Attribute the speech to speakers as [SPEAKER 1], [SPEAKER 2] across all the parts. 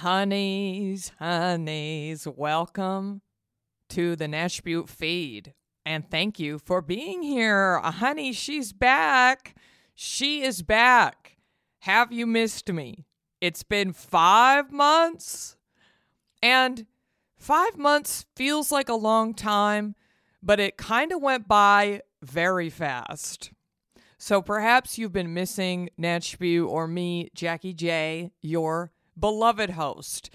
[SPEAKER 1] Honeys, honeys, welcome to the Nash Butte feed. And thank you for being here. Uh, Honey, she's back. She is back. Have you missed me? It's been five months. And five months feels like a long time, but it kind of went by very fast. So perhaps you've been missing Natchbu or me, Jackie J, your beloved host.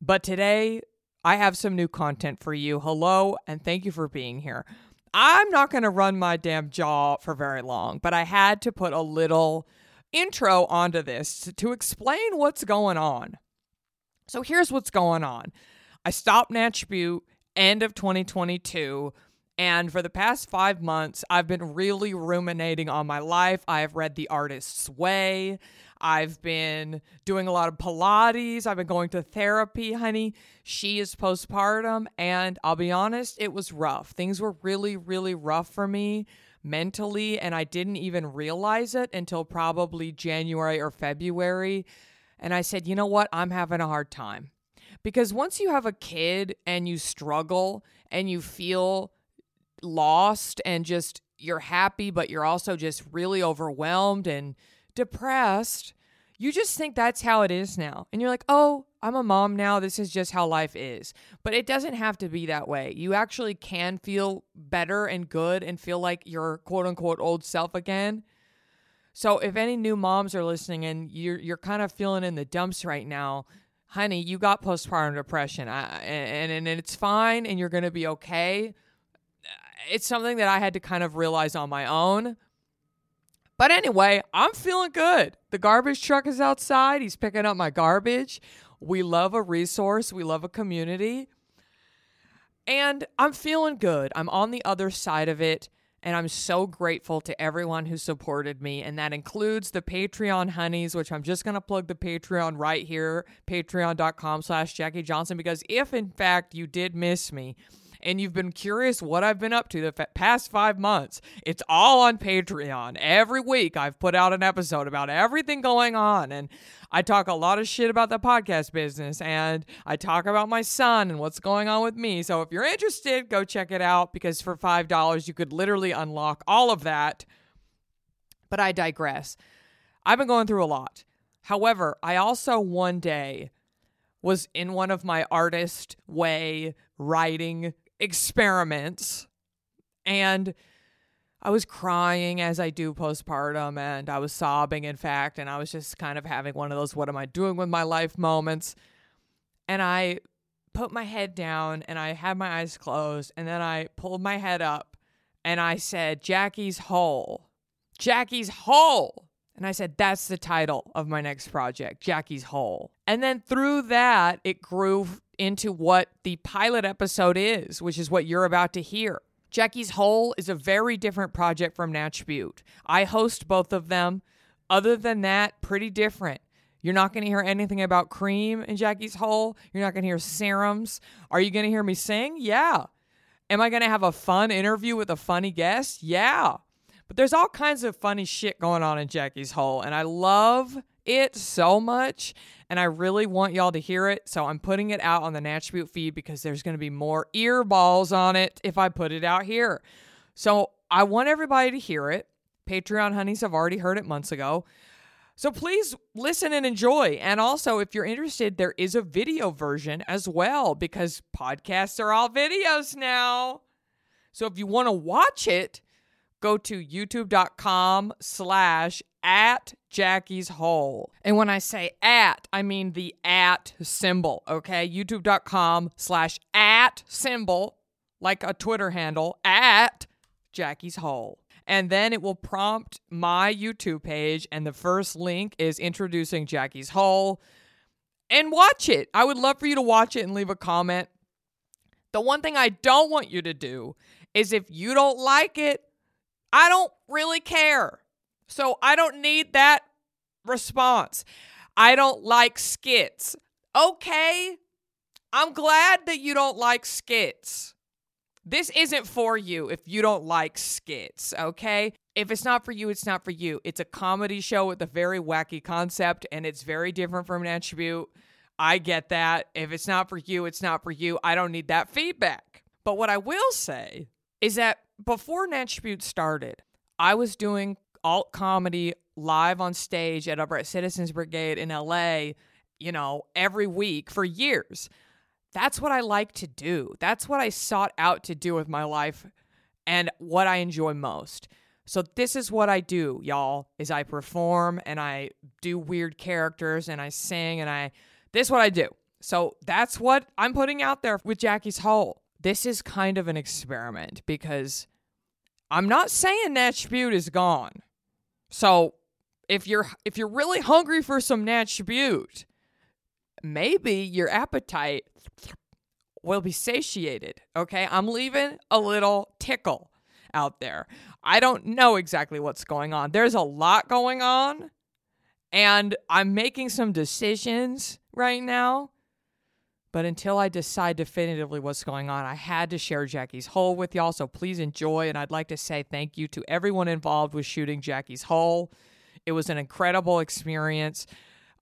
[SPEAKER 1] But today, I have some new content for you. Hello, and thank you for being here. I'm not going to run my damn jaw for very long, but I had to put a little intro onto this to explain what's going on. So here's what's going on. I stopped Natch Butte end of 2022. And for the past five months, I've been really ruminating on my life. I've read The Artist's Way. I've been doing a lot of Pilates. I've been going to therapy, honey. She is postpartum. And I'll be honest, it was rough. Things were really, really rough for me mentally. And I didn't even realize it until probably January or February. And I said, you know what? I'm having a hard time. Because once you have a kid and you struggle and you feel lost and just you're happy, but you're also just really overwhelmed and depressed, you just think that's how it is now. And you're like, oh, I'm a mom now. This is just how life is. But it doesn't have to be that way. You actually can feel better and good and feel like your quote unquote old self again. So if any new moms are listening and you're you're kind of feeling in the dumps right now, honey, you got postpartum depression, I, and, and and it's fine, and you're gonna be okay. It's something that I had to kind of realize on my own. But anyway, I'm feeling good. The garbage truck is outside. He's picking up my garbage. We love a resource. We love a community. And I'm feeling good. I'm on the other side of it. And I'm so grateful to everyone who supported me. And that includes the Patreon honeys, which I'm just going to plug the Patreon right here, patreon.com slash Jackie Johnson. Because if in fact you did miss me and you've been curious what I've been up to the fa- past five months, it's all on Patreon. Every week I've put out an episode about everything going on. And I talk a lot of shit about the podcast business and I talk about my son and what's going on with me. So if you're interested, go check it out because for $5, you could literally unlock all of that. But I digress. I've been going through a lot. However, I also one day was in one of my artist way writing experiments and I was crying as I do postpartum and I was sobbing in fact and I was just kind of having one of those what am I doing with my life moments and I put my head down and I had my eyes closed and then I pulled my head up and I said Jackie's Hole Jackie's Hole and I said, that's the title of my next project, Jackie's Hole. And then through that, it grew into what the pilot episode is, which is what you're about to hear. Jackie's Hole is a very different project from Natch Butte. I host both of them. Other than that, pretty different. You're not going to hear anything about cream in Jackie's Hole. You're not going to hear serums. Are you going to hear me sing? Yeah. Am I going to have a fun interview with a funny guest? Yeah. But there's all kinds of funny shit going on in Jackie's Hole, and I love it so much. And I really want y'all to hear it. So I'm putting it out on the Natchbute feed because there's going to be more earballs on it if I put it out here. So I want everybody to hear it. Patreon honeys have already heard it months ago. So please listen and enjoy. And also, if you're interested, there is a video version as well because podcasts are all videos now. So if you want to watch it, go to youtube.com slash at Jackie's Hole. And when I say at, I mean the at symbol, okay? youtube.com slash at symbol, like a Twitter handle, at Jackie's Hole. and then it will prompt my YouTube page, and the first link is introducing Jackie's Hole. And watch it. I would love for you to watch it and leave a comment. The one thing I don't want you to do is if you don't like it, I don't really care. So I don't need that response. I don't like skits. Okay. I'm glad that you don't like skits. This isn't for you if you don't like skits, okay? If it's not for you, it's not for you. It's a comedy show with a very wacky concept and it's very different from an attribute. I get that. If it's not for you, it's not for you. I don't need that feedback. But what I will say is that before Natribute started, I was doing alt comedy live on stage at over at Citizens Brigade in LA, you know, every week for years. That's what I like to do. That's what I sought out to do with my life and what I enjoy most. So this is what I do, y'all, is I perform and I do weird characters and I sing and I this is what I do. So that's what I'm putting out there with Jackie's Hole. This is kind of an experiment because I'm not saying Natribute is gone. So if you're if you're really hungry for some Natribute, maybe your appetite will be satiated. Okay, I'm leaving a little tickle out there. I don't know exactly what's going on. There's a lot going on, and I'm making some decisions right now. But until I decide definitively what's going on, I had to share Jackie's Hole with y'all. So please enjoy. And I'd like to say thank you to everyone involved with shooting Jackie's Hole. It was an incredible experience.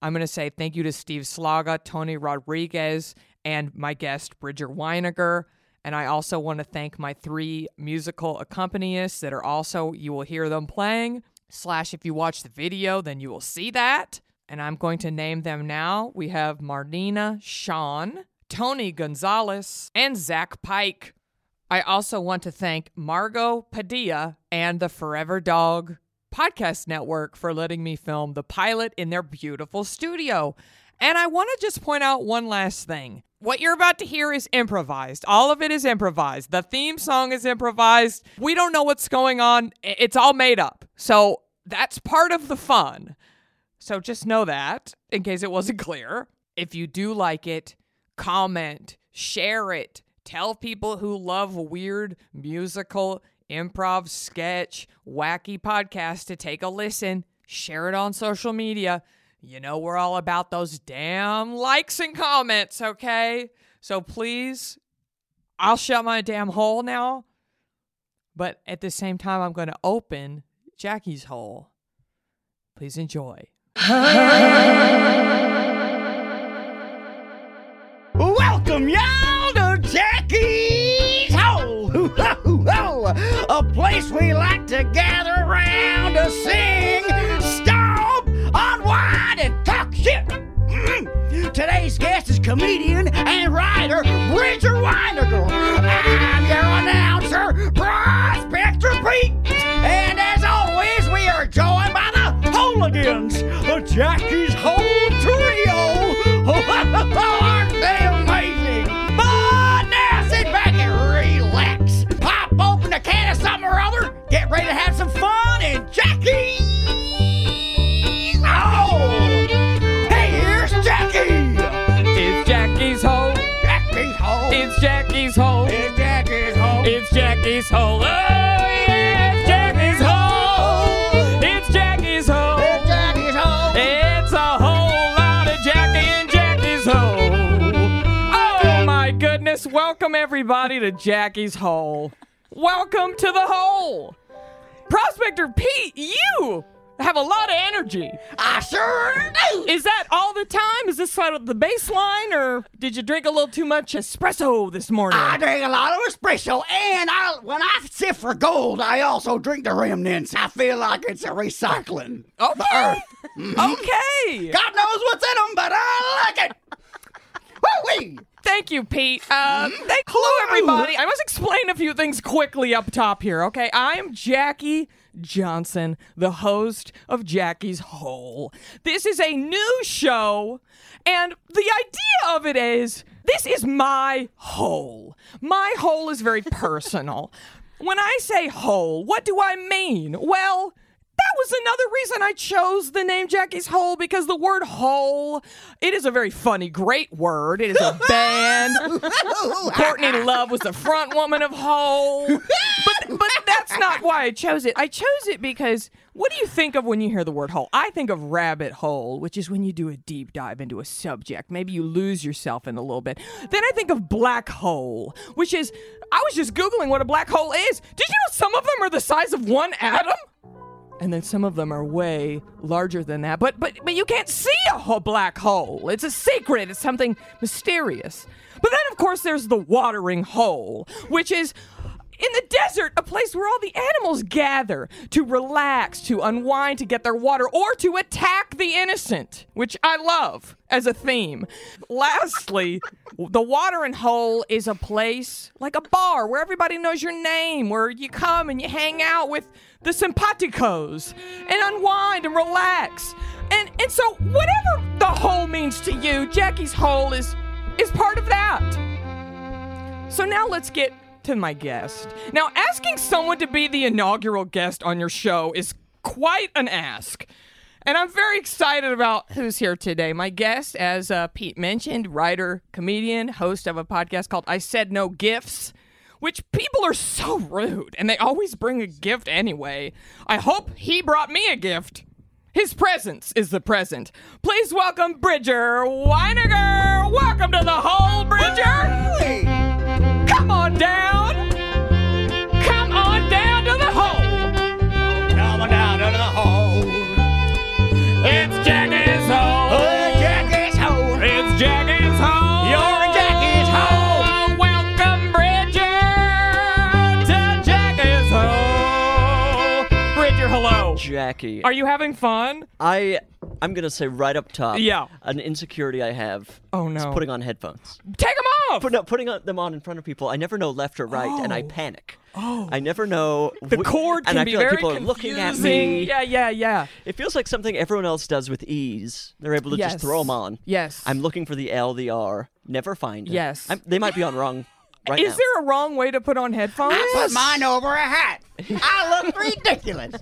[SPEAKER 1] I'm going to say thank you to Steve Slaga, Tony Rodriguez, and my guest, Bridger Weiniger. And I also want to thank my three musical accompanists that are also, you will hear them playing. Slash, if you watch the video, then you will see that. And I'm going to name them now. We have Marnina Sean, Tony Gonzalez, and Zach Pike. I also want to thank Margot Padilla and the Forever Dog Podcast Network for letting me film the pilot in their beautiful studio. And I want to just point out one last thing. What you're about to hear is improvised. All of it is improvised. The theme song is improvised. We don't know what's going on. It's all made up. So that's part of the fun. So just know that in case it wasn't clear. If you do like it, comment, share it, tell people who love weird musical improv, sketch, wacky podcast to take a listen. Share it on social media. You know, we're all about those damn likes and comments, okay? So please, I'll shut my damn hole now. But at the same time, I'm going to open Jackie's hole. Please enjoy.
[SPEAKER 2] Welcome, y'all, to Jackie's Hole, Hoo, ho, hoo, ho. a place we like to gather around to sing, stomp, unwind, and talk shit. Mm. Today's guest is comedian and writer Bridger Weinergirl. I'm your announcer, Prospector Pete, and as always, we are joined by the Hooligans, the Jackie's Hole Trio. Aren't they amazing? But now sit back and relax. Pop open a can of something or other. Get ready to have some fun and Jackie. Oh. Here's Jackie.
[SPEAKER 1] It's Jackie's hole.
[SPEAKER 2] Jackie's home.
[SPEAKER 1] It's Jackie's hole.
[SPEAKER 2] It's Jackie's home.
[SPEAKER 1] It's Jackie's hole. Oh, yeah, it's Jackie's hole. It's Jackie's hole.
[SPEAKER 2] It's Jackie's home.
[SPEAKER 1] It's a whole lot of Jackie and Jackie's Hole. Oh my goodness. Welcome everybody to Jackie's Hole. Welcome to the hole. Prospector Pete, you have a lot of energy.
[SPEAKER 2] I sure do.
[SPEAKER 1] Is that all the time? Is this sort of the baseline or did you drink a little too much espresso this morning?
[SPEAKER 2] I drink a lot of espresso, and I when I sift for gold, I also drink the remnants. I feel like it's a recycling. of The
[SPEAKER 1] Okay.
[SPEAKER 2] earth.
[SPEAKER 1] Okay.
[SPEAKER 2] God knows what's in them, but I like it. Woo-wee.
[SPEAKER 1] Thank you, Pete. Uh, thank- hello, everybody. I must explain a few things quickly up top here, okay? I'm Jackie Johnson, the host of Jackie's Hole. This is a new show, and the idea of it is this is my hole. My hole is very personal. When I say hole, what do I mean? Well, that was another reason I chose the name Jackie's Hole because the word hole, it is a very funny, great word. It is a band. Courtney Love was the front woman of Hole. But but that's not why I chose it. I chose it because what do you think of when you hear the word hole? I think of rabbit hole, which is when you do a deep dive into a subject. Maybe you lose yourself in a little bit. Then I think of black hole, which is I was just googling what a black hole is. Did you know some of them are the size of one atom? and then some of them are way larger than that. But but but you can't see a ho- black hole. It's a secret. It's something mysterious. But then of course there's the watering hole, which is in the desert, a place where all the animals gather to relax, to unwind, to get their water, or to attack the innocent, which I love as a theme. Lastly, the watering hole is a place like a bar where everybody knows your name, where you come and you hang out with the simpaticos and unwind and relax. And and so whatever the hole means to you, Jackie's hole is is part of that. So now let's get to my guest. Now, asking someone to be the inaugural guest on your show is quite an ask. And I'm very excited about who's here today. My guest, as uh, Pete mentioned, writer, comedian, host of a podcast called I Said No Gifts, which people are so rude and they always bring a gift anyway. I hope he brought me a gift. His presence is the present. Please welcome Bridger Weiniger. Welcome to the whole Bridger. Come on down. Come on down to the hole.
[SPEAKER 2] Coming down to the hole.
[SPEAKER 1] It's Jackie's hole.
[SPEAKER 2] Oh, Jackie's hole.
[SPEAKER 1] It's Jackie's hole.
[SPEAKER 2] You're Jackie's hole.
[SPEAKER 1] Welcome, Bridger, to Jackie's hole. Bridger, hello.
[SPEAKER 3] Jackie.
[SPEAKER 1] Are you having fun?
[SPEAKER 3] I I'm gonna say right up top.
[SPEAKER 1] Yeah.
[SPEAKER 3] An insecurity I have.
[SPEAKER 1] Oh,
[SPEAKER 3] Is
[SPEAKER 1] no.
[SPEAKER 3] putting on headphones.
[SPEAKER 1] Take them off.
[SPEAKER 3] But no, putting on, them on in front of people. I never know left or right, and I panic. Oh. I never know.
[SPEAKER 1] the
[SPEAKER 3] wh-
[SPEAKER 1] cord can
[SPEAKER 3] and I
[SPEAKER 1] be
[SPEAKER 3] feel
[SPEAKER 1] very
[SPEAKER 3] like people
[SPEAKER 1] confusing.
[SPEAKER 3] are looking at me.
[SPEAKER 1] Yeah, yeah, yeah.
[SPEAKER 3] It feels like something everyone else does with ease. They're able to
[SPEAKER 1] Yes.
[SPEAKER 3] just throw them on.
[SPEAKER 1] Yes.
[SPEAKER 3] I'm looking for the L, the R. Never find it.
[SPEAKER 1] Yes.
[SPEAKER 3] I'm, they might be on wrong. Right
[SPEAKER 1] Is
[SPEAKER 3] now.
[SPEAKER 1] there a wrong way to put on headphones?
[SPEAKER 2] Put mine over a hat. I look ridiculous.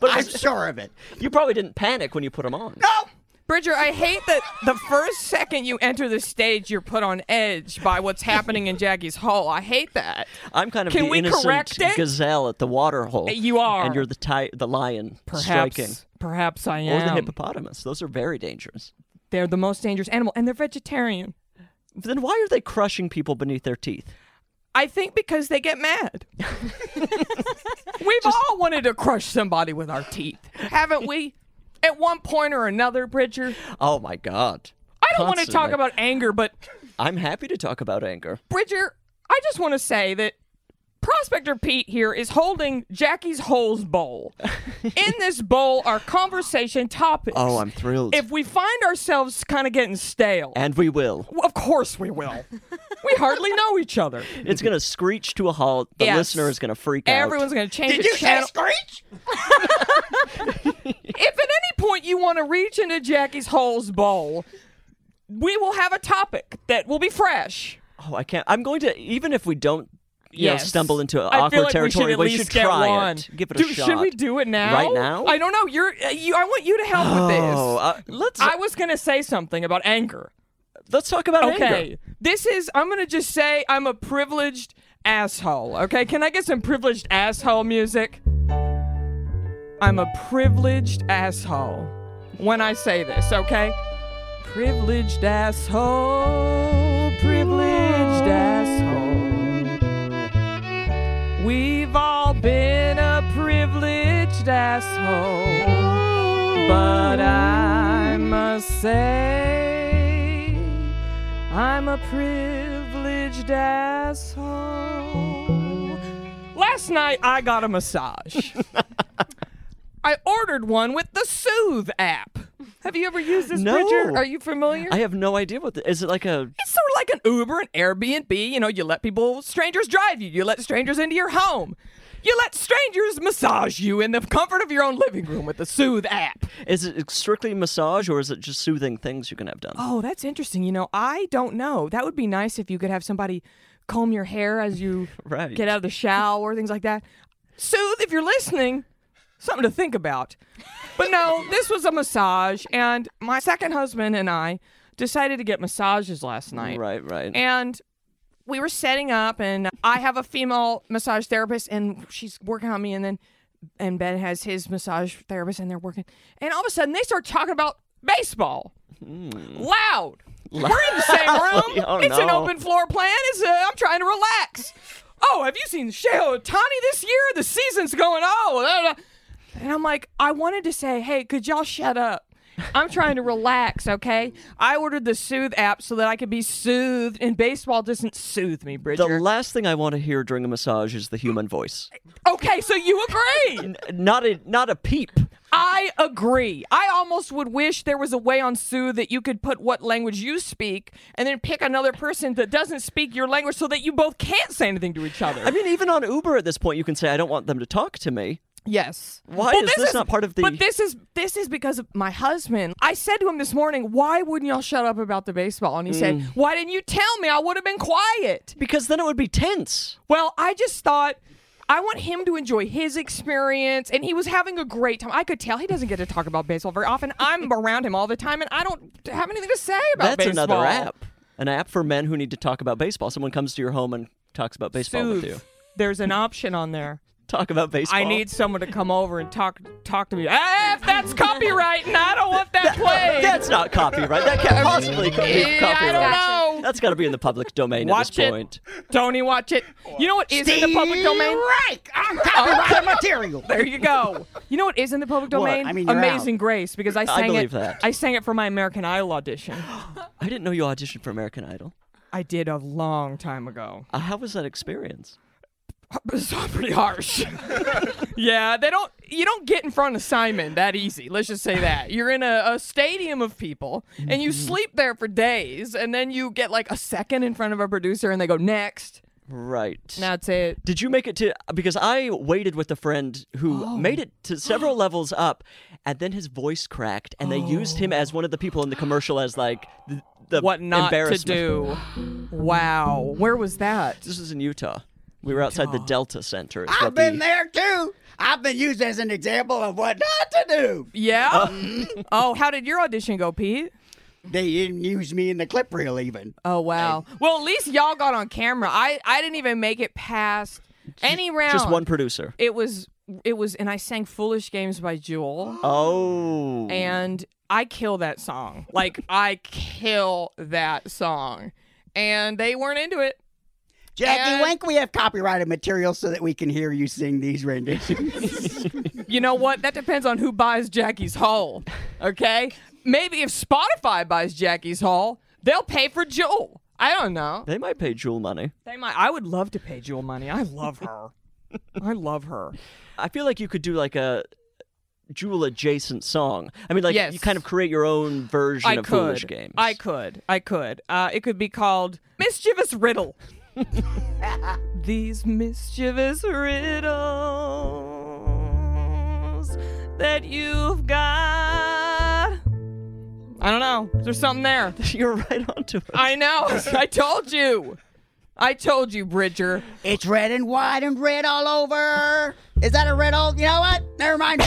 [SPEAKER 3] But
[SPEAKER 2] I'm
[SPEAKER 3] it was-
[SPEAKER 2] sure of it.
[SPEAKER 3] you probably didn't panic when you put them on.
[SPEAKER 2] Oh,
[SPEAKER 1] Bridger, I hate that the first second you enter the stage, you're put on edge by what's happening in Jackie's hall. I hate that.
[SPEAKER 3] I'm kind of
[SPEAKER 1] Can
[SPEAKER 3] the
[SPEAKER 1] we
[SPEAKER 3] innocent
[SPEAKER 1] correct it?
[SPEAKER 3] gazelle at the water hole.
[SPEAKER 1] You are.
[SPEAKER 3] and you're the ti- the lion
[SPEAKER 1] Perhaps,
[SPEAKER 3] striking,
[SPEAKER 1] perhaps I
[SPEAKER 3] or the
[SPEAKER 1] am.
[SPEAKER 3] hippopotamus. Those are very dangerous.
[SPEAKER 1] they're the most dangerous animal, and they're vegetarian.
[SPEAKER 3] Then why are they crushing people beneath their teeth?
[SPEAKER 1] I think because they get mad. We've all wanted to crush somebody with our teeth, haven't we? At one point or another, Bridger.
[SPEAKER 3] Oh my God!
[SPEAKER 1] I don't want to talk
[SPEAKER 3] Constantly.
[SPEAKER 1] about anger, but
[SPEAKER 3] I'm happy to talk about anger.
[SPEAKER 1] Bridger, I just want to say that Prospector Pete here is holding Jackie's Holes bowl. In this bowl are conversation topics.
[SPEAKER 3] Oh, I'm thrilled.
[SPEAKER 1] If we find ourselves kind of getting stale,
[SPEAKER 3] and we will.
[SPEAKER 1] well, of course we will. we hardly know each other.
[SPEAKER 3] It's gonna screech to a halt. The
[SPEAKER 1] Yes.
[SPEAKER 3] listener is gonna freak
[SPEAKER 1] Everyone's
[SPEAKER 3] out.
[SPEAKER 1] going to change
[SPEAKER 2] did
[SPEAKER 1] the
[SPEAKER 2] you say
[SPEAKER 1] channel.
[SPEAKER 2] screech?
[SPEAKER 1] if at any point you want to reach into Jackie's Holes bowl, we will have a topic that will be fresh.
[SPEAKER 3] Oh, I can't. I'm going to. Even if we don't, you know,
[SPEAKER 1] Yes.
[SPEAKER 3] stumble into
[SPEAKER 1] I feel
[SPEAKER 3] awkward
[SPEAKER 1] like
[SPEAKER 3] territory,
[SPEAKER 1] we should, at least get
[SPEAKER 3] try
[SPEAKER 1] one.
[SPEAKER 3] it. Give it
[SPEAKER 1] Dude,
[SPEAKER 3] a shot.
[SPEAKER 1] Should we do it now?
[SPEAKER 3] Right now?
[SPEAKER 1] I don't know. You're. uh, You, I want you to help with this.
[SPEAKER 3] Oh, uh, let's
[SPEAKER 1] I was gonna say something about anger.
[SPEAKER 3] let's talk about
[SPEAKER 1] Okay,
[SPEAKER 3] anger.
[SPEAKER 1] this is. I'm gonna just say I'm a privileged asshole. Okay, can I get some privileged asshole music? I'm a privileged asshole when I say this. Okay, privileged asshole, privileged asshole. We've all been a privileged asshole, but I must say. I'm a privileged asshole. Last night I got a massage. I ordered one with the Soothe app. Have you ever used this,
[SPEAKER 3] No.
[SPEAKER 1] Bridger? Are you familiar?
[SPEAKER 3] I have no idea what. The, is it like a
[SPEAKER 1] it's sort of like an Uber and Airbnb. You know, you let people, strangers drive you. You let strangers into your home. You let strangers massage you in the comfort of your own living room with the Soothe app.
[SPEAKER 3] Is it strictly massage or is it just soothing things you can have done?
[SPEAKER 1] Oh, that's interesting. You know, I don't know. That would be nice if you could have somebody comb your hair as you
[SPEAKER 3] Right.
[SPEAKER 1] get out of the shower, things like that. Sooth, if you're listening, something to think about. But no, this was a massage, and my second husband and I decided to get massages last night.
[SPEAKER 3] Right, right.
[SPEAKER 1] And we were setting up, and I have a female massage therapist, and she's working on me, and then and Ben has his massage therapist, and they're working, and all of a sudden they start talking about baseball, loud. We're in the same room.
[SPEAKER 3] Oh,
[SPEAKER 1] it's an
[SPEAKER 3] no.
[SPEAKER 1] open floor plan. It's i I'm trying to relax. Oh, have you seen Shohei Otani this year? The season's going oh. blah, blah. And I'm like, I wanted to say, hey, could y'all shut up? I'm trying to relax, okay? I ordered the Soothe app so that I could be soothed, and baseball doesn't soothe me,
[SPEAKER 3] the
[SPEAKER 1] Bridger.
[SPEAKER 3] last thing I want to hear during a massage is the human voice.
[SPEAKER 1] okay, so you agree.
[SPEAKER 3] N- Not a not a peep.
[SPEAKER 1] I agree. I almost would wish there was a way on Soothe that you could put what language you speak and then pick another person that doesn't speak your language so that you both can't say anything to each other.
[SPEAKER 3] I mean, even on Uber at this point, you can say I don't want them to talk to me.
[SPEAKER 1] Yes.
[SPEAKER 3] Why is this not part of the-
[SPEAKER 1] But this is this is because of my husband. I said to him this morning, "Why wouldn't y'all shut up about the baseball?" And he
[SPEAKER 3] Mm.
[SPEAKER 1] said, "Why didn't you tell me? I would have been quiet."
[SPEAKER 3] Because then it would be tense.
[SPEAKER 1] Well, I just thought I want him to enjoy his experience, and he was having a great time. I could tell he doesn't get to talk about baseball very often. I'm around him all the time, and I don't have anything to say about
[SPEAKER 3] That's
[SPEAKER 1] baseball.
[SPEAKER 3] another app. An app for men who need to talk about baseball. Someone comes to your home and talks about baseball with
[SPEAKER 1] Soothe.
[SPEAKER 3] you.
[SPEAKER 1] There's an option on there.
[SPEAKER 3] Talk about baseball.
[SPEAKER 1] I need someone to come over and talk talk to me. Ah, if that's copyright, and I don't want that played.
[SPEAKER 3] That's not copyright. That can't possibly co- be
[SPEAKER 1] Eh, I
[SPEAKER 3] copyright.
[SPEAKER 1] don't know.
[SPEAKER 3] That's got to be in the public domain at
[SPEAKER 1] Watch
[SPEAKER 3] this
[SPEAKER 1] it.
[SPEAKER 3] point.
[SPEAKER 1] Uh, Tony, watch it. You know what is in the public domain?
[SPEAKER 2] Right, I'm copyrighted material.
[SPEAKER 1] There you go. You know what is in the public domain?
[SPEAKER 2] I mean, you're
[SPEAKER 1] Amazing Grace, because I sang
[SPEAKER 3] believe
[SPEAKER 1] it.
[SPEAKER 3] that.
[SPEAKER 1] I sang it for my American Idol audition.
[SPEAKER 3] I didn't know you auditioned for American Idol.
[SPEAKER 1] I did a long time ago.
[SPEAKER 3] Uh, how was that experience?
[SPEAKER 1] It's not pretty harsh. yeah, they don't. You don't get in front of Simon that easy. Let's just say that you're in a, a stadium of people, and you sleep there for days, and then you get like a second in front of a producer, and they go next.
[SPEAKER 3] Right.
[SPEAKER 1] That's it.
[SPEAKER 3] Did you make it to? Because I waited with a friend who
[SPEAKER 1] Oh.
[SPEAKER 3] made it to several levels up, and then his voice cracked, and they used him as one of the people in the commercial as like the, the
[SPEAKER 1] Oh. What not to
[SPEAKER 3] embarrassment.
[SPEAKER 1] do? Wow, where was that?
[SPEAKER 3] This is in Utah. We were outside the Delta Center. is
[SPEAKER 2] I've
[SPEAKER 3] what the-
[SPEAKER 2] been there too. I've been used as an example of what not to do.
[SPEAKER 1] Yeah. oh, how did your audition go, Pete?
[SPEAKER 2] They didn't use me in the clip reel even.
[SPEAKER 1] Oh wow. Well, at least y'all got on camera. I I didn't even make it past any round.
[SPEAKER 3] Just one producer.
[SPEAKER 1] It was it was, and I sang "Foolish Games" by Jewel,
[SPEAKER 3] Oh.
[SPEAKER 1] and I kill that song. Like I kill that song, and they weren't into it.
[SPEAKER 2] Jackie
[SPEAKER 1] And-
[SPEAKER 2] Wink, we have copyrighted material so that we can hear you sing these renditions.
[SPEAKER 1] You know what? That depends on who buys Jackie's Hole. Okay, maybe if Spotify buys Jackie's Hole, they'll pay for Jewel. I don't know.
[SPEAKER 3] They might pay Jewel money.
[SPEAKER 1] They might. I would love to pay Jewel money. I love her. I love her.
[SPEAKER 3] I feel like you could do like a Jewel adjacent song. I mean, like
[SPEAKER 1] Yes.
[SPEAKER 3] you kind of create your own version
[SPEAKER 1] I
[SPEAKER 3] of
[SPEAKER 1] could.
[SPEAKER 3] Foolish Games.
[SPEAKER 1] I could. I could. Uh, it could be called mischievous riddle. These mischievous riddles that you've got. I don't know. There's something there.
[SPEAKER 3] You're right onto it.
[SPEAKER 1] I know. I told you. I told you, Bridger.
[SPEAKER 2] it's red and white and red all over. Is that a red all? You know what? Never mind.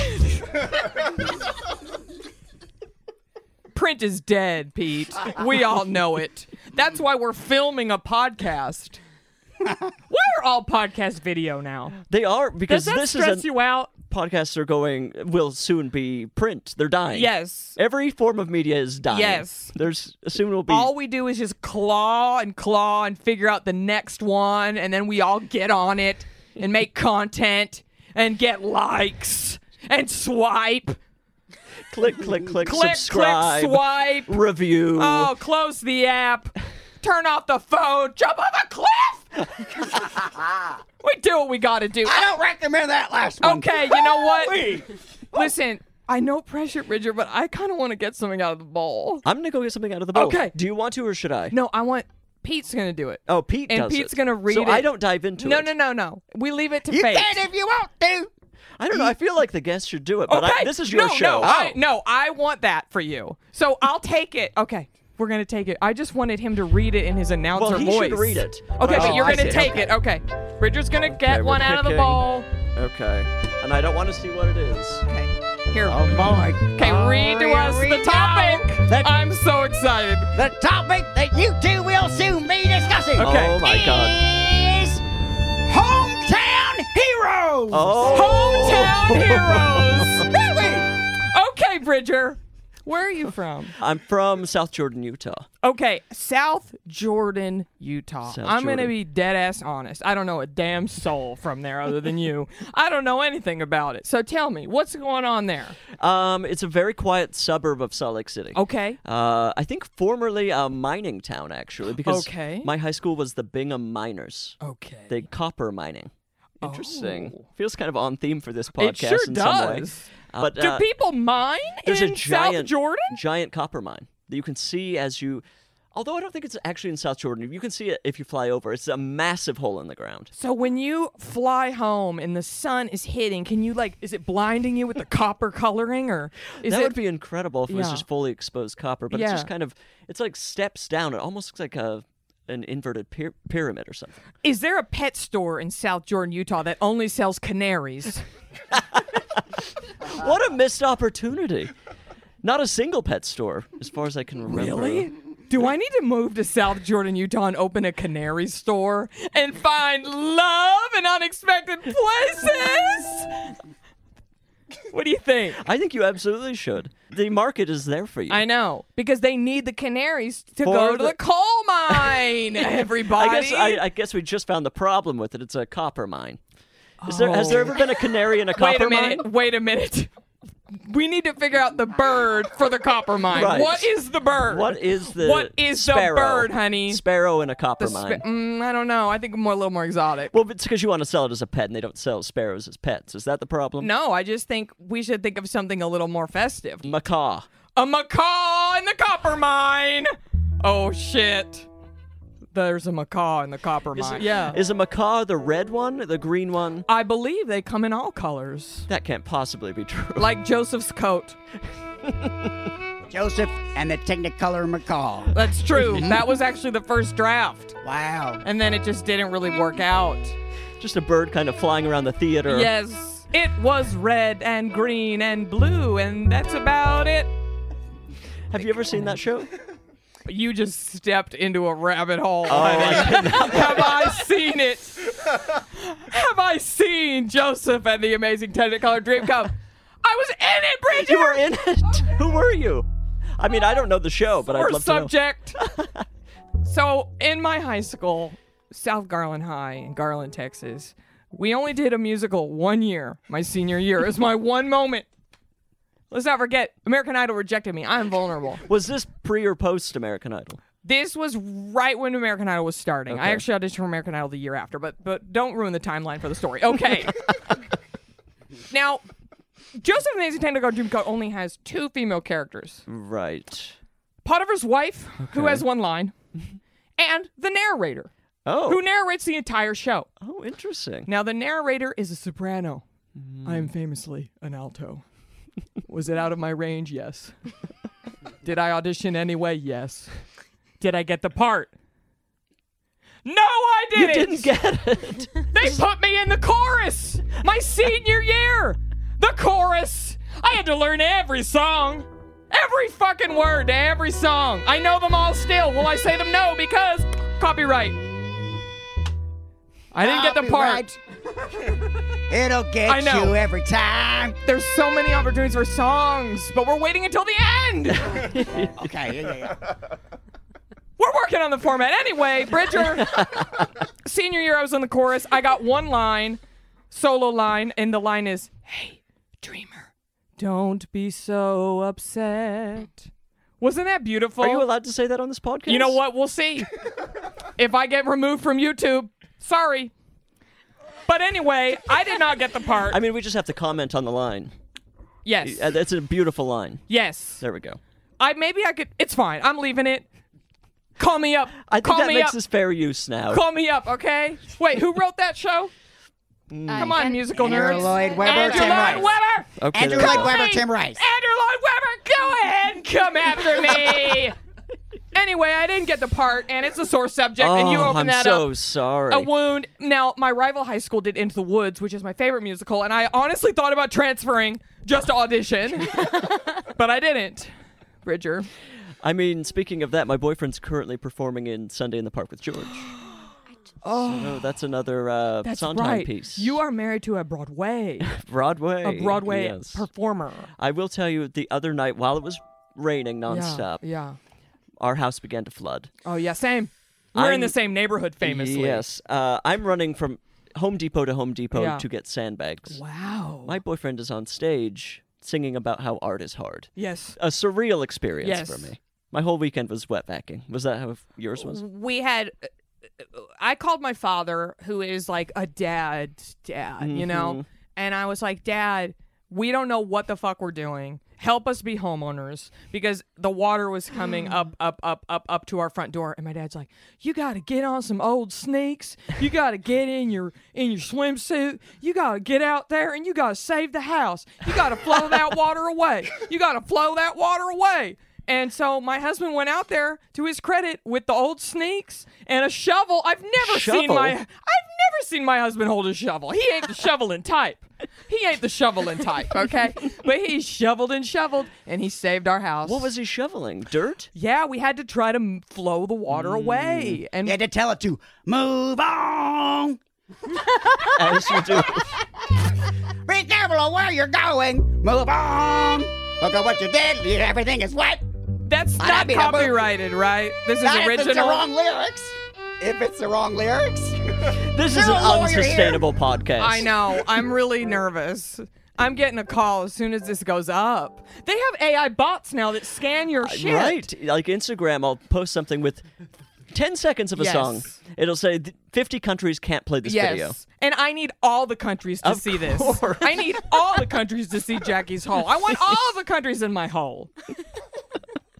[SPEAKER 1] Print is dead, Pete. We all know it. That's why we're filming a podcast. Why are all podcasts video now?
[SPEAKER 3] They are
[SPEAKER 1] Does
[SPEAKER 3] because
[SPEAKER 1] that
[SPEAKER 3] this is
[SPEAKER 1] stress
[SPEAKER 3] a
[SPEAKER 1] you out?
[SPEAKER 3] podcasts are going will soon be print. They're dying.
[SPEAKER 1] Yes.
[SPEAKER 3] Every form of media is dying.
[SPEAKER 1] Yes.
[SPEAKER 3] There's soon will be
[SPEAKER 1] All we do is just claw and claw and figure out the next one, and then we all get on it and make content and get likes and swipe,
[SPEAKER 3] click, click, click,
[SPEAKER 1] click,
[SPEAKER 3] subscribe,
[SPEAKER 1] click, swipe.
[SPEAKER 3] review.
[SPEAKER 1] Oh, close the app, turn off the phone, jump off a cliff. we do what we got to do.
[SPEAKER 2] I don't recommend that last one.
[SPEAKER 1] Okay, you know what? Listen, I know pressure, Bridger, but I kind of want to get something out of the bowl.
[SPEAKER 3] I'm gonna go get something out of the bowl.
[SPEAKER 1] Okay.
[SPEAKER 3] Do you want to or should I?
[SPEAKER 1] No, I want Pete's gonna do it.
[SPEAKER 3] Oh, Pete
[SPEAKER 1] and
[SPEAKER 3] does
[SPEAKER 1] Pete's
[SPEAKER 3] it.
[SPEAKER 1] gonna read
[SPEAKER 3] So
[SPEAKER 1] it.
[SPEAKER 3] I don't dive into
[SPEAKER 1] No,
[SPEAKER 3] it.
[SPEAKER 1] no, no, no. We leave it to
[SPEAKER 2] You
[SPEAKER 1] fate.
[SPEAKER 2] can if you want to.
[SPEAKER 3] I don't know. I feel like the guest should do it, but
[SPEAKER 1] Okay.
[SPEAKER 3] I, this is your
[SPEAKER 1] no,
[SPEAKER 3] show. Oh.
[SPEAKER 1] No, I, no, I want that for you. So I'll take it. Okay. We're gonna take it. I just wanted him to read it in his announcer
[SPEAKER 3] he
[SPEAKER 1] voice.
[SPEAKER 3] should read it.
[SPEAKER 1] Okay,
[SPEAKER 3] Oh,
[SPEAKER 1] but you're
[SPEAKER 3] I
[SPEAKER 1] gonna
[SPEAKER 3] see.
[SPEAKER 1] take it. Okay. Bridger's gonna get
[SPEAKER 4] we're
[SPEAKER 1] one out of the
[SPEAKER 4] picking.
[SPEAKER 1] bowl.
[SPEAKER 4] Okay.
[SPEAKER 3] And I don't want to see what it is.
[SPEAKER 1] Okay. Here.
[SPEAKER 2] Oh boy.
[SPEAKER 1] okay, read to
[SPEAKER 2] Here
[SPEAKER 1] us
[SPEAKER 2] we
[SPEAKER 1] the
[SPEAKER 2] go.
[SPEAKER 1] topic.
[SPEAKER 2] That-
[SPEAKER 1] I'm so excited.
[SPEAKER 2] The topic that you two will soon be discussing.
[SPEAKER 1] Okay.
[SPEAKER 3] Oh my god.
[SPEAKER 2] Is hometown heroes.
[SPEAKER 3] Oh.
[SPEAKER 1] Hometown heroes.
[SPEAKER 2] Really?
[SPEAKER 1] Okay, Bridger. Where are you from?
[SPEAKER 3] I'm from South Jordan, Utah.
[SPEAKER 1] Okay, South Jordan, Utah.
[SPEAKER 3] South
[SPEAKER 1] I'm going to
[SPEAKER 3] Jordan.
[SPEAKER 1] be dead ass honest. I don't know a damn soul from there other than you. I don't know anything about it. So tell me, what's going on there?
[SPEAKER 3] Um, it's a very quiet suburb of Salt Lake City.
[SPEAKER 1] Okay.
[SPEAKER 3] Uh, I think formerly a mining town, actually, because
[SPEAKER 1] Okay.
[SPEAKER 3] my high school was the Bingham Miners.
[SPEAKER 1] Okay.
[SPEAKER 3] They copper mining. Interesting.
[SPEAKER 1] Oh.
[SPEAKER 3] Feels kind of on theme for this
[SPEAKER 1] It
[SPEAKER 3] podcast
[SPEAKER 1] sure
[SPEAKER 3] in some way.
[SPEAKER 1] does.
[SPEAKER 3] Uh, But
[SPEAKER 1] Do
[SPEAKER 3] uh,
[SPEAKER 1] people mine
[SPEAKER 3] there's
[SPEAKER 1] in
[SPEAKER 3] a giant,
[SPEAKER 1] South Jordan?
[SPEAKER 3] giant copper mine that you can see as you. Although I don't think it's actually in South Jordan, you can see it if you fly over. It's a massive hole in the ground.
[SPEAKER 1] So when you fly home and the sun is hitting, can you like is it blinding you with the copper coloring or is
[SPEAKER 3] that
[SPEAKER 1] it
[SPEAKER 3] would be incredible if it was
[SPEAKER 1] Yeah.
[SPEAKER 3] just fully exposed copper, but it's
[SPEAKER 1] Yeah.
[SPEAKER 3] just kind of it's like steps down. It almost looks like a an inverted pyra- pyramid or something.
[SPEAKER 1] Is there a pet store in South Jordan, Utah that only sells canaries?
[SPEAKER 3] What a missed opportunity! Not a single pet store, as far as I can remember.
[SPEAKER 1] Do I need to move to South Jordan, Utah and open a canary store and find love in unexpected places? What do you think?
[SPEAKER 3] I think you absolutely should. The market is there for you.
[SPEAKER 1] I know because they need the canaries to
[SPEAKER 3] For
[SPEAKER 1] go to
[SPEAKER 3] the-
[SPEAKER 1] the coal mine.
[SPEAKER 3] I
[SPEAKER 1] Everybody,
[SPEAKER 3] guess I, I guess we just found the problem with it. It's a copper mine. Is there has there ever been a canary in a
[SPEAKER 1] wait
[SPEAKER 3] copper
[SPEAKER 1] a minute.
[SPEAKER 3] mine?
[SPEAKER 1] Wait a minute. We need to figure out the bird for the copper mine.
[SPEAKER 3] Right.
[SPEAKER 1] What is the bird?
[SPEAKER 3] What is the
[SPEAKER 1] what is
[SPEAKER 3] sparrow?
[SPEAKER 1] the bird, honey?
[SPEAKER 3] Sparrow in a copper
[SPEAKER 1] The spa-
[SPEAKER 3] mine.
[SPEAKER 1] mm, I don't know. I think more a little more exotic.
[SPEAKER 3] Well, it's because you want to sell it as a pet, and they don't sell sparrows as pets. Is that the problem?
[SPEAKER 1] no, I just think we should think of something a little more festive.
[SPEAKER 3] Macaw.
[SPEAKER 1] A macaw in the copper mine. Oh shit. There's a macaw in the copper
[SPEAKER 3] Is,
[SPEAKER 1] mine. yeah.
[SPEAKER 3] Is a macaw the red one, the green one?
[SPEAKER 1] I believe they come in all colors.
[SPEAKER 3] That can't possibly be true.
[SPEAKER 1] Like Joseph's coat.
[SPEAKER 2] Joseph and the Technicolor Macaw.
[SPEAKER 1] That's true. that was actually the first draft.
[SPEAKER 2] Wow.
[SPEAKER 1] And then it just didn't really work out.
[SPEAKER 3] Just a bird kind of flying around the theater.
[SPEAKER 1] Yes. It was red and green and blue, and that's about it.
[SPEAKER 3] Have you ever seen that show?
[SPEAKER 1] You just stepped into a rabbit hole.
[SPEAKER 3] Oh.
[SPEAKER 1] honey. Have Oh, I seen it? Have I seen Joseph and the Amazing Technicolor Dreamcoat? I was in it, Bridget.
[SPEAKER 3] You were in it. Who were you? I mean, I don't know the show, but I'd
[SPEAKER 1] or
[SPEAKER 3] love
[SPEAKER 1] subject. so in my high school, South Garland High in Garland, Texas, we only did a musical one year. My senior year is my one moment. Let's not forget, American Idol rejected me. I'm vulnerable.
[SPEAKER 3] to know. Was this pre or post American Idol?
[SPEAKER 1] This was right when American Idol was starting. I
[SPEAKER 3] Okay.
[SPEAKER 1] actually auditioned for American Idol the year after, but but don't ruin the timeline for the story. Okay. now, Joseph and the Amazing Technicolor Dreamcoat only has two female characters.
[SPEAKER 3] Right.
[SPEAKER 1] Potiphar's wife, who has one line, and the narrator,
[SPEAKER 3] Oh.
[SPEAKER 1] who narrates the entire show.
[SPEAKER 3] oh, interesting.
[SPEAKER 1] Now, the narrator is a soprano.
[SPEAKER 3] Mm.
[SPEAKER 1] I am famously an alto. Was it out of my range? Yes. Did I audition anyway? Yes. Did I get the part? No, I didn't.
[SPEAKER 3] You didn't get it.
[SPEAKER 1] They put me in the chorus my senior year. The chorus. I had to learn every song, every fucking word to every song. I know them all still. Will I say them? No, because copyright. I didn't get the part.
[SPEAKER 2] It'll get
[SPEAKER 1] I know.
[SPEAKER 2] you every time.
[SPEAKER 1] There's so many opportunities for songs, but we're waiting until the end.
[SPEAKER 2] Okay. Yeah, yeah, yeah.
[SPEAKER 1] we're working on the format anyway. Bridger, senior year, I was on the chorus. I got one line, solo line, and the line is, "Hey, dreamer, don't be so upset." Wasn't that beautiful?
[SPEAKER 3] Are you allowed to say that on this podcast?
[SPEAKER 1] You know what? We'll see. if I get removed from YouTube, sorry. But anyway, I did not get the part.
[SPEAKER 3] I mean, we just have to comment on the line.
[SPEAKER 1] yes,
[SPEAKER 3] Uh, That's a beautiful line.
[SPEAKER 1] yes.
[SPEAKER 3] There we go.
[SPEAKER 1] I maybe I could. It's fine. I'm leaving it. Call me up.
[SPEAKER 3] I think
[SPEAKER 1] Call
[SPEAKER 3] that
[SPEAKER 1] me
[SPEAKER 3] makes
[SPEAKER 1] up.
[SPEAKER 3] this fair use now.
[SPEAKER 1] Call me up, okay? Wait, who wrote that show? Come on, musical
[SPEAKER 2] Andrew
[SPEAKER 1] nerds.
[SPEAKER 2] Lloyd Webber,
[SPEAKER 1] Andrew
[SPEAKER 2] Tim
[SPEAKER 1] Lloyd
[SPEAKER 2] Rice.
[SPEAKER 1] Webber.
[SPEAKER 3] Okay,
[SPEAKER 2] Andrew
[SPEAKER 3] there we
[SPEAKER 2] Lloyd
[SPEAKER 3] go.
[SPEAKER 2] Webber,
[SPEAKER 1] Hey,
[SPEAKER 2] Tim Rice.
[SPEAKER 1] Andrew Lloyd Webber, go ahead and come after me. Anyway, I didn't get the part, and it's a sore subject, and you
[SPEAKER 3] Oh,
[SPEAKER 1] open
[SPEAKER 3] I'm
[SPEAKER 1] that up.
[SPEAKER 3] so sorry.
[SPEAKER 1] A wound. Now, my rival high school did Into the Woods, which is my favorite musical, and I honestly thought about transferring just to audition, but I didn't. Bridger.
[SPEAKER 3] I mean, speaking of that, my boyfriend's currently performing in Sunday in the Park with George. Oh, that's another uh,
[SPEAKER 1] That's
[SPEAKER 3] Sondheim
[SPEAKER 1] right.
[SPEAKER 3] piece.
[SPEAKER 1] You are married to a Broadway,
[SPEAKER 3] Broadway.
[SPEAKER 1] a Broadway
[SPEAKER 3] yes.
[SPEAKER 1] performer.
[SPEAKER 3] I will tell you, the other night while it was raining nonstop,
[SPEAKER 1] Yeah. yeah.
[SPEAKER 3] our house began to flood.
[SPEAKER 1] Oh yeah, same. We're in
[SPEAKER 3] I'm-
[SPEAKER 1] the same neighborhood, famously.
[SPEAKER 3] Yes, uh, I'm running from Home Depot to Home Depot
[SPEAKER 1] Yeah.
[SPEAKER 3] to get sandbags.
[SPEAKER 1] Wow.
[SPEAKER 3] My boyfriend is on stage singing about how art is hard.
[SPEAKER 1] yes.
[SPEAKER 3] A surreal experience
[SPEAKER 1] Yes.
[SPEAKER 3] for me. My whole weekend was wet backing. Was that how yours was?
[SPEAKER 1] we had uh, i called my father who is like a dad dad you know and i was like dad we don't know what the fuck we're doing help us be homeowners because the water was coming up up up up up to our front door and my dad's like you got to get on some old sneaks you got to get in your in your swimsuit you got to get out there and you got to save the house you got to flow that water away you got to flow that water away and so my husband went out there to his credit with the old snakes and a shovel. I've never seen
[SPEAKER 3] Shovel?
[SPEAKER 1] my I've never seen my husband hold a shovel. He ain't the shoveling type. He ain't the shoveling type, okay? but he shoveled and shoveled and he saved our house.
[SPEAKER 3] What was he shoveling? Dirt?
[SPEAKER 1] Yeah, we had to try to m- flow the water
[SPEAKER 3] Mm.
[SPEAKER 1] away. And
[SPEAKER 2] You had to tell it to move on.
[SPEAKER 3] As you do.
[SPEAKER 2] Be careful of where you're going. Move on. Look at what you did. Everything is wet.
[SPEAKER 1] that's
[SPEAKER 2] I
[SPEAKER 1] not
[SPEAKER 2] mean, I'm a-
[SPEAKER 1] copyrighted, right? This is
[SPEAKER 2] Not if it's the
[SPEAKER 1] original.
[SPEAKER 2] wrong lyrics. If it's the wrong lyrics.
[SPEAKER 3] This is
[SPEAKER 2] You're
[SPEAKER 3] an
[SPEAKER 2] a lawyer here.
[SPEAKER 3] unsustainable podcast.
[SPEAKER 1] I know. I'm really nervous. I'm getting a call as soon as this goes up. They have AI bots now that scan your shit.
[SPEAKER 3] Uh, Right. Like Instagram, I'll post something with 10 seconds of a
[SPEAKER 1] Yes.
[SPEAKER 3] song. It'll say th- 50 countries can't play this
[SPEAKER 1] yes.
[SPEAKER 3] video.
[SPEAKER 1] And I need all the countries to
[SPEAKER 3] Of
[SPEAKER 1] see
[SPEAKER 3] course.
[SPEAKER 1] this. I need all the countries to see Jackie's hole. I want all the countries in my hole.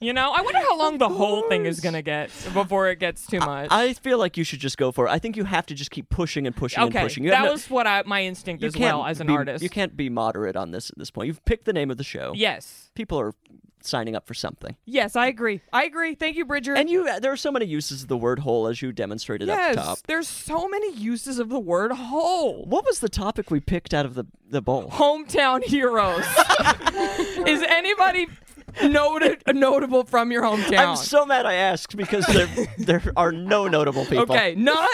[SPEAKER 1] You know, I wonder how long the whole thing is going to get before it gets too much.
[SPEAKER 3] I feel like you should just go for it. I think you have to just keep pushing and pushing
[SPEAKER 1] okay,
[SPEAKER 3] and pushing. You
[SPEAKER 1] that
[SPEAKER 3] have no-
[SPEAKER 1] was what I, my instinct
[SPEAKER 3] you
[SPEAKER 1] as well
[SPEAKER 3] can't
[SPEAKER 1] as an
[SPEAKER 3] be-
[SPEAKER 1] artist.
[SPEAKER 3] You can't be moderate on this at this point. You've picked the name of the show.
[SPEAKER 1] Yes.
[SPEAKER 3] People are signing up for something.
[SPEAKER 1] Yes, I agree. I agree. Thank you, Bridger.
[SPEAKER 3] And you, there are so many uses of the word hole as you demonstrated
[SPEAKER 1] yes,
[SPEAKER 3] up top.
[SPEAKER 1] there's so many uses of the word hole.
[SPEAKER 3] What was the topic we picked out of the, the bowl?
[SPEAKER 1] hometown heroes. Is anybody noted notable from your hometown?
[SPEAKER 3] I'm so mad I asked because there there are no notable people.
[SPEAKER 1] okay, none.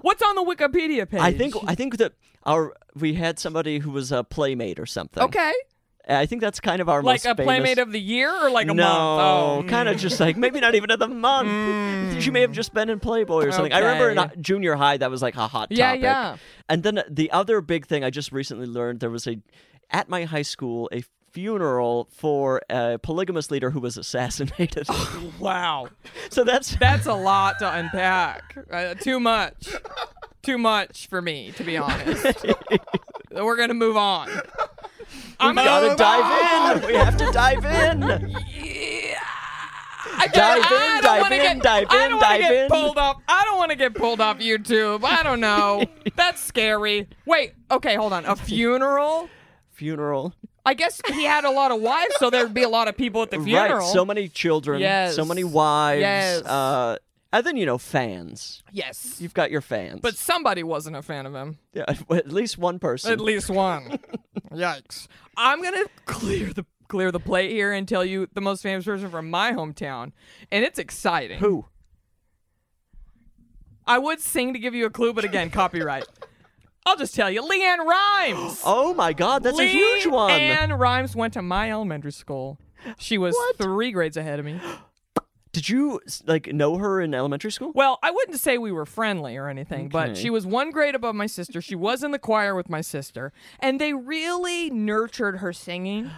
[SPEAKER 1] What's on the Wikipedia page?
[SPEAKER 3] I think I think that our we had somebody who was a playmate or something.
[SPEAKER 1] Okay,
[SPEAKER 3] And I think that's kind of our
[SPEAKER 1] like
[SPEAKER 3] most
[SPEAKER 1] a
[SPEAKER 3] famous-
[SPEAKER 1] playmate of the year or like a
[SPEAKER 3] no,
[SPEAKER 1] month? Oh, Mm.
[SPEAKER 3] kind of just like maybe not even of the month. She may have just been in Playboy or something. I remember in
[SPEAKER 1] Okay.
[SPEAKER 3] uh, junior high that was like a hot
[SPEAKER 1] Yeah,
[SPEAKER 3] topic.
[SPEAKER 1] yeah.
[SPEAKER 3] And then the other big thing I just recently learned there was a at my high school a funeral for a polygamous leader who was assassinated.
[SPEAKER 1] wow.
[SPEAKER 3] so that's
[SPEAKER 1] That's a lot to unpack. Uh, too much. Too much for me, to be honest. We're gonna move on. I'm
[SPEAKER 3] gotta
[SPEAKER 1] gonna
[SPEAKER 3] dive in. We have to dive in.
[SPEAKER 1] I don't-
[SPEAKER 3] Dive in,
[SPEAKER 1] I don't
[SPEAKER 3] dive
[SPEAKER 1] wanna
[SPEAKER 3] in,
[SPEAKER 1] get,
[SPEAKER 3] dive
[SPEAKER 1] I
[SPEAKER 3] in,
[SPEAKER 1] don't wanna
[SPEAKER 3] dive
[SPEAKER 1] get
[SPEAKER 3] in.
[SPEAKER 1] pulled up. I don't want to get pulled off YouTube. I don't know. That's scary. Wait. Okay, hold on. A funeral.
[SPEAKER 3] Funeral.
[SPEAKER 1] I guess he had a lot of wives, so there'd be a lot of people at the funeral.
[SPEAKER 3] Right. So many children.
[SPEAKER 1] Yes.
[SPEAKER 3] So many wives.
[SPEAKER 1] Yes.
[SPEAKER 3] Uh, and then you know fans.
[SPEAKER 1] yes,
[SPEAKER 3] You've got your fans.
[SPEAKER 1] but somebody wasn't a fan of him.
[SPEAKER 3] yeah, at least one person.
[SPEAKER 1] At least one. Yikes. I'm gonna clear the clear the plate here and tell you the most famous person from my hometown, and it's exciting.
[SPEAKER 3] Who?
[SPEAKER 1] I would sing to give you a clue, but again, copyright. I'll just tell you, Leanne Rhymes.
[SPEAKER 3] Oh my God, that's a huge one.
[SPEAKER 1] Leanne Rhymes went to my elementary school. She was three grades ahead of me.
[SPEAKER 3] Did you s- like know her in elementary school?
[SPEAKER 1] Well, I wouldn't say we were friendly or anything, but she was one grade above my sister. She was in the choir with my sister, and they really nurtured her singing.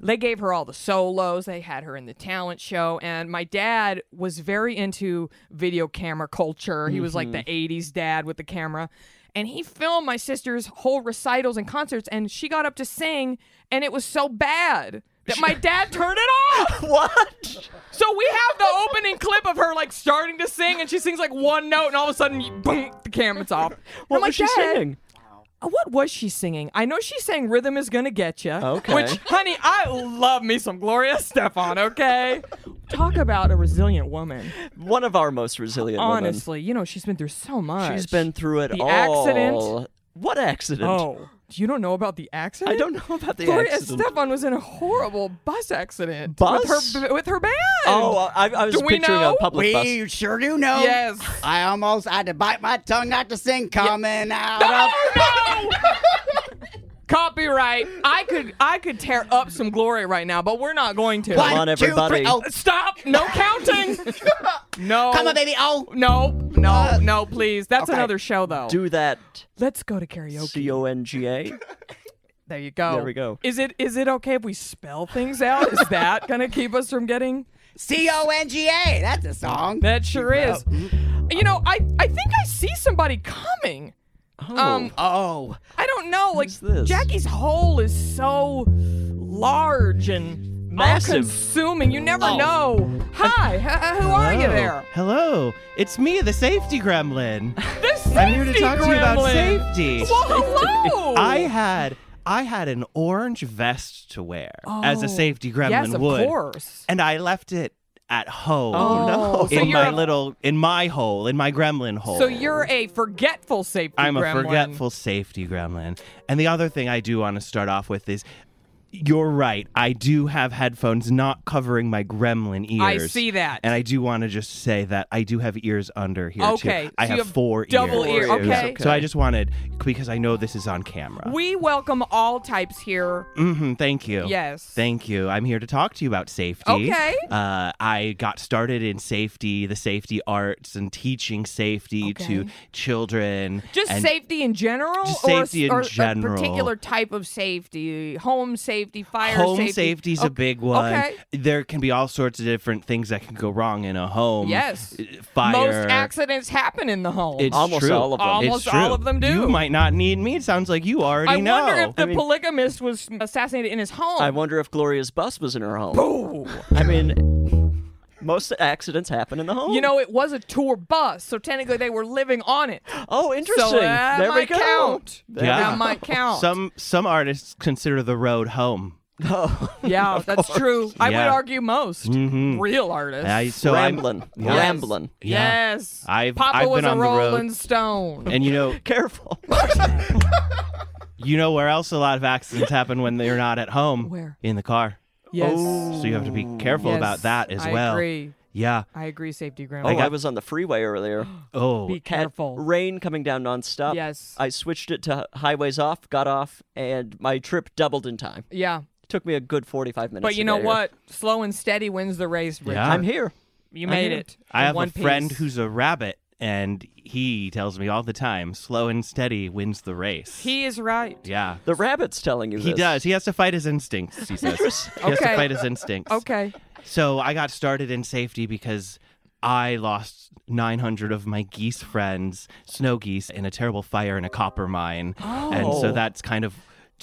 [SPEAKER 1] They gave her all the solos, they had her in the talent show, and my dad was very into video camera culture. He was like the 80s dad with the camera. And he filmed my sister's whole recitals and concerts, and she got up to sing, and it was so bad that my dad turned it off.
[SPEAKER 3] What?
[SPEAKER 1] So we have the opening clip of her like starting to sing, and she sings like one note, and all of a sudden, boom, the camera's off.
[SPEAKER 3] What
[SPEAKER 1] I'm like,
[SPEAKER 3] was she
[SPEAKER 1] "Dad, uh,
[SPEAKER 3] singing?
[SPEAKER 1] What was she singing? I know she sang "Rhythm Is Gonna Get Ya,"
[SPEAKER 3] Okay.
[SPEAKER 1] which, honey, I love me some Gloria Stefan. Okay, talk about a resilient woman.
[SPEAKER 3] One of our most resilient
[SPEAKER 1] Honestly, you know she's been through so much.
[SPEAKER 3] women. She's been through it
[SPEAKER 1] the
[SPEAKER 3] all.
[SPEAKER 1] accident.
[SPEAKER 3] What accident?
[SPEAKER 1] Oh, you don't know about the accident?
[SPEAKER 3] I don't know about the
[SPEAKER 1] Gloria
[SPEAKER 3] accident.
[SPEAKER 1] Stefan was in a horrible bus accident.
[SPEAKER 3] Bus?
[SPEAKER 1] with her with her band.
[SPEAKER 3] Oh, I, I was
[SPEAKER 1] Do we
[SPEAKER 3] picturing
[SPEAKER 1] know?
[SPEAKER 3] a public
[SPEAKER 2] we
[SPEAKER 3] bus.
[SPEAKER 2] sure do know.
[SPEAKER 1] Yes.
[SPEAKER 2] I almost had to bite my tongue not to sing coming out of.
[SPEAKER 1] Oh, no! Copyright. I could I could tear up some glory right now, but we're not going to.
[SPEAKER 3] Come on,
[SPEAKER 2] One, two, three.
[SPEAKER 3] everybody.
[SPEAKER 2] Oh,
[SPEAKER 1] Stop! No counting. no.
[SPEAKER 2] come on, baby. Oh.
[SPEAKER 1] No, no, no, please. That's
[SPEAKER 2] Okay.
[SPEAKER 1] another show though.
[SPEAKER 3] Do that.
[SPEAKER 1] Let's go to karaoke.
[SPEAKER 3] C O N G A.
[SPEAKER 1] There you go.
[SPEAKER 3] There we go.
[SPEAKER 1] Is it is it okay if we spell things out? Is that gonna keep us from getting
[SPEAKER 2] C O N G A. That's a song.
[SPEAKER 1] That sure is. You know, I, I think I see somebody coming. Um,
[SPEAKER 2] Oh.
[SPEAKER 1] I don't know. Like
[SPEAKER 3] Who's this?
[SPEAKER 1] Jackie's hole is so large and
[SPEAKER 3] Massive.
[SPEAKER 1] consuming. You
[SPEAKER 4] Oh.
[SPEAKER 1] never know. Hi, h- who are you
[SPEAKER 4] Hello.
[SPEAKER 1] there?
[SPEAKER 4] Hello, it's me, the safety gremlin.
[SPEAKER 1] The safety
[SPEAKER 4] I'm here to talk
[SPEAKER 1] gremlin.
[SPEAKER 4] to you about safety.
[SPEAKER 1] Well, hello.
[SPEAKER 4] I had I had an orange vest to wear as
[SPEAKER 1] Oh.
[SPEAKER 4] a safety gremlin
[SPEAKER 1] yes, of
[SPEAKER 4] would,
[SPEAKER 1] course.
[SPEAKER 4] and I left it at home.
[SPEAKER 1] Oh, no. So
[SPEAKER 4] In
[SPEAKER 1] you're
[SPEAKER 4] my
[SPEAKER 1] a-
[SPEAKER 4] little, in my hole, in my gremlin hole.
[SPEAKER 1] So you're a forgetful safety
[SPEAKER 4] I'm a
[SPEAKER 1] gremlin.
[SPEAKER 4] forgetful safety gremlin. And the other thing I do want to start off with is you're right. I do have headphones not covering my gremlin ears.
[SPEAKER 1] I see that.
[SPEAKER 4] And I do want to just say that I do have ears under here
[SPEAKER 1] Okay,
[SPEAKER 4] too. I
[SPEAKER 1] so you
[SPEAKER 4] have,
[SPEAKER 1] have
[SPEAKER 4] four
[SPEAKER 1] double
[SPEAKER 4] ears.
[SPEAKER 1] ear- okay.
[SPEAKER 4] So I just wanted because I know this is on camera.
[SPEAKER 1] We welcome all types here.
[SPEAKER 4] hmm thank you.
[SPEAKER 1] Yes.
[SPEAKER 4] Thank you. I'm here to talk to you about safety.
[SPEAKER 1] Okay.
[SPEAKER 4] Uh, I got started in safety, the safety arts, and teaching safety to children.
[SPEAKER 1] Just
[SPEAKER 4] and
[SPEAKER 1] safety in general,
[SPEAKER 4] Just
[SPEAKER 1] or,
[SPEAKER 4] safety in
[SPEAKER 1] or a
[SPEAKER 4] general.
[SPEAKER 1] particular type of safety, home safety, fire
[SPEAKER 4] home
[SPEAKER 1] safety.
[SPEAKER 4] safety's a
[SPEAKER 1] Okay.
[SPEAKER 4] big one.
[SPEAKER 1] Okay.
[SPEAKER 4] There can be all sorts of different things that can go wrong in a home.
[SPEAKER 1] Yes.
[SPEAKER 4] Uh, Fire.
[SPEAKER 1] Most accidents happen in the home.
[SPEAKER 4] It's
[SPEAKER 3] Almost
[SPEAKER 4] true.
[SPEAKER 3] all of them.
[SPEAKER 4] It's
[SPEAKER 1] Almost all
[SPEAKER 4] true.
[SPEAKER 1] of them do.
[SPEAKER 4] You might not need me. It sounds like you already
[SPEAKER 1] I
[SPEAKER 4] know.
[SPEAKER 1] wonder if the
[SPEAKER 4] I mean,
[SPEAKER 1] polygamist was assassinated in his home.
[SPEAKER 3] I wonder if Gloria's bus was in her home. I mean, most accidents happen in the home.
[SPEAKER 1] you know, it was a tour bus, so technically they were living on it.
[SPEAKER 3] Oh, interesting.
[SPEAKER 1] So that
[SPEAKER 3] there we
[SPEAKER 1] might
[SPEAKER 3] go.
[SPEAKER 1] count.
[SPEAKER 3] There
[SPEAKER 4] Yeah.
[SPEAKER 3] we
[SPEAKER 1] That might count.
[SPEAKER 4] some some artists consider the road home.
[SPEAKER 1] yeah, that's true. I would
[SPEAKER 4] Yeah. Mm-hmm.
[SPEAKER 1] argue most real artists.
[SPEAKER 4] I- so I'm-
[SPEAKER 3] Ramblin'.
[SPEAKER 4] Yeah.
[SPEAKER 3] Ramblin'.
[SPEAKER 4] Yeah.
[SPEAKER 1] Yes.
[SPEAKER 4] I've-
[SPEAKER 1] Papa
[SPEAKER 4] I've
[SPEAKER 1] was
[SPEAKER 4] been
[SPEAKER 1] a
[SPEAKER 4] on the road.
[SPEAKER 1] Rolling Stone.
[SPEAKER 4] And you know,
[SPEAKER 3] Careful.
[SPEAKER 4] you know where else a lot of accidents happen when they're not at home.
[SPEAKER 1] Where?
[SPEAKER 4] in the car.
[SPEAKER 1] yes.
[SPEAKER 4] oh, So you have to be careful
[SPEAKER 1] Yes,
[SPEAKER 4] about that as
[SPEAKER 1] I
[SPEAKER 4] well.
[SPEAKER 1] agree.
[SPEAKER 4] Yeah.
[SPEAKER 1] I agree, safety
[SPEAKER 3] Oh,
[SPEAKER 1] grandma.
[SPEAKER 3] I,
[SPEAKER 4] got-
[SPEAKER 3] was on the freeway earlier.
[SPEAKER 4] Oh,
[SPEAKER 1] be
[SPEAKER 3] Had
[SPEAKER 1] careful.
[SPEAKER 3] Rain coming down nonstop.
[SPEAKER 1] Yes.
[SPEAKER 3] I switched it to highways off, got off, and my trip doubled in time.
[SPEAKER 1] Yeah.
[SPEAKER 3] took me a good 45 minutes.
[SPEAKER 1] But you
[SPEAKER 3] to
[SPEAKER 1] know
[SPEAKER 3] get here.
[SPEAKER 1] what? Slow and steady wins the race, Richard.
[SPEAKER 4] Yeah.
[SPEAKER 3] I'm here.
[SPEAKER 1] You made
[SPEAKER 3] here.
[SPEAKER 1] it.
[SPEAKER 4] I
[SPEAKER 1] in
[SPEAKER 4] have
[SPEAKER 1] one
[SPEAKER 4] a friend
[SPEAKER 1] piece.
[SPEAKER 4] who's a rabbit, and he tells me all the time, "Slow and steady wins the race."
[SPEAKER 1] He is right.
[SPEAKER 4] yeah,
[SPEAKER 3] The rabbit's telling you
[SPEAKER 4] he
[SPEAKER 3] this.
[SPEAKER 4] does. He has to fight his instincts. He says he has
[SPEAKER 1] Okay.
[SPEAKER 4] to fight his instincts.
[SPEAKER 1] Okay.
[SPEAKER 4] So I got started in safety because I lost 900 of my geese friends, snow geese, in a terrible fire in a copper mine, and
[SPEAKER 3] Oh.
[SPEAKER 4] so that's kind of.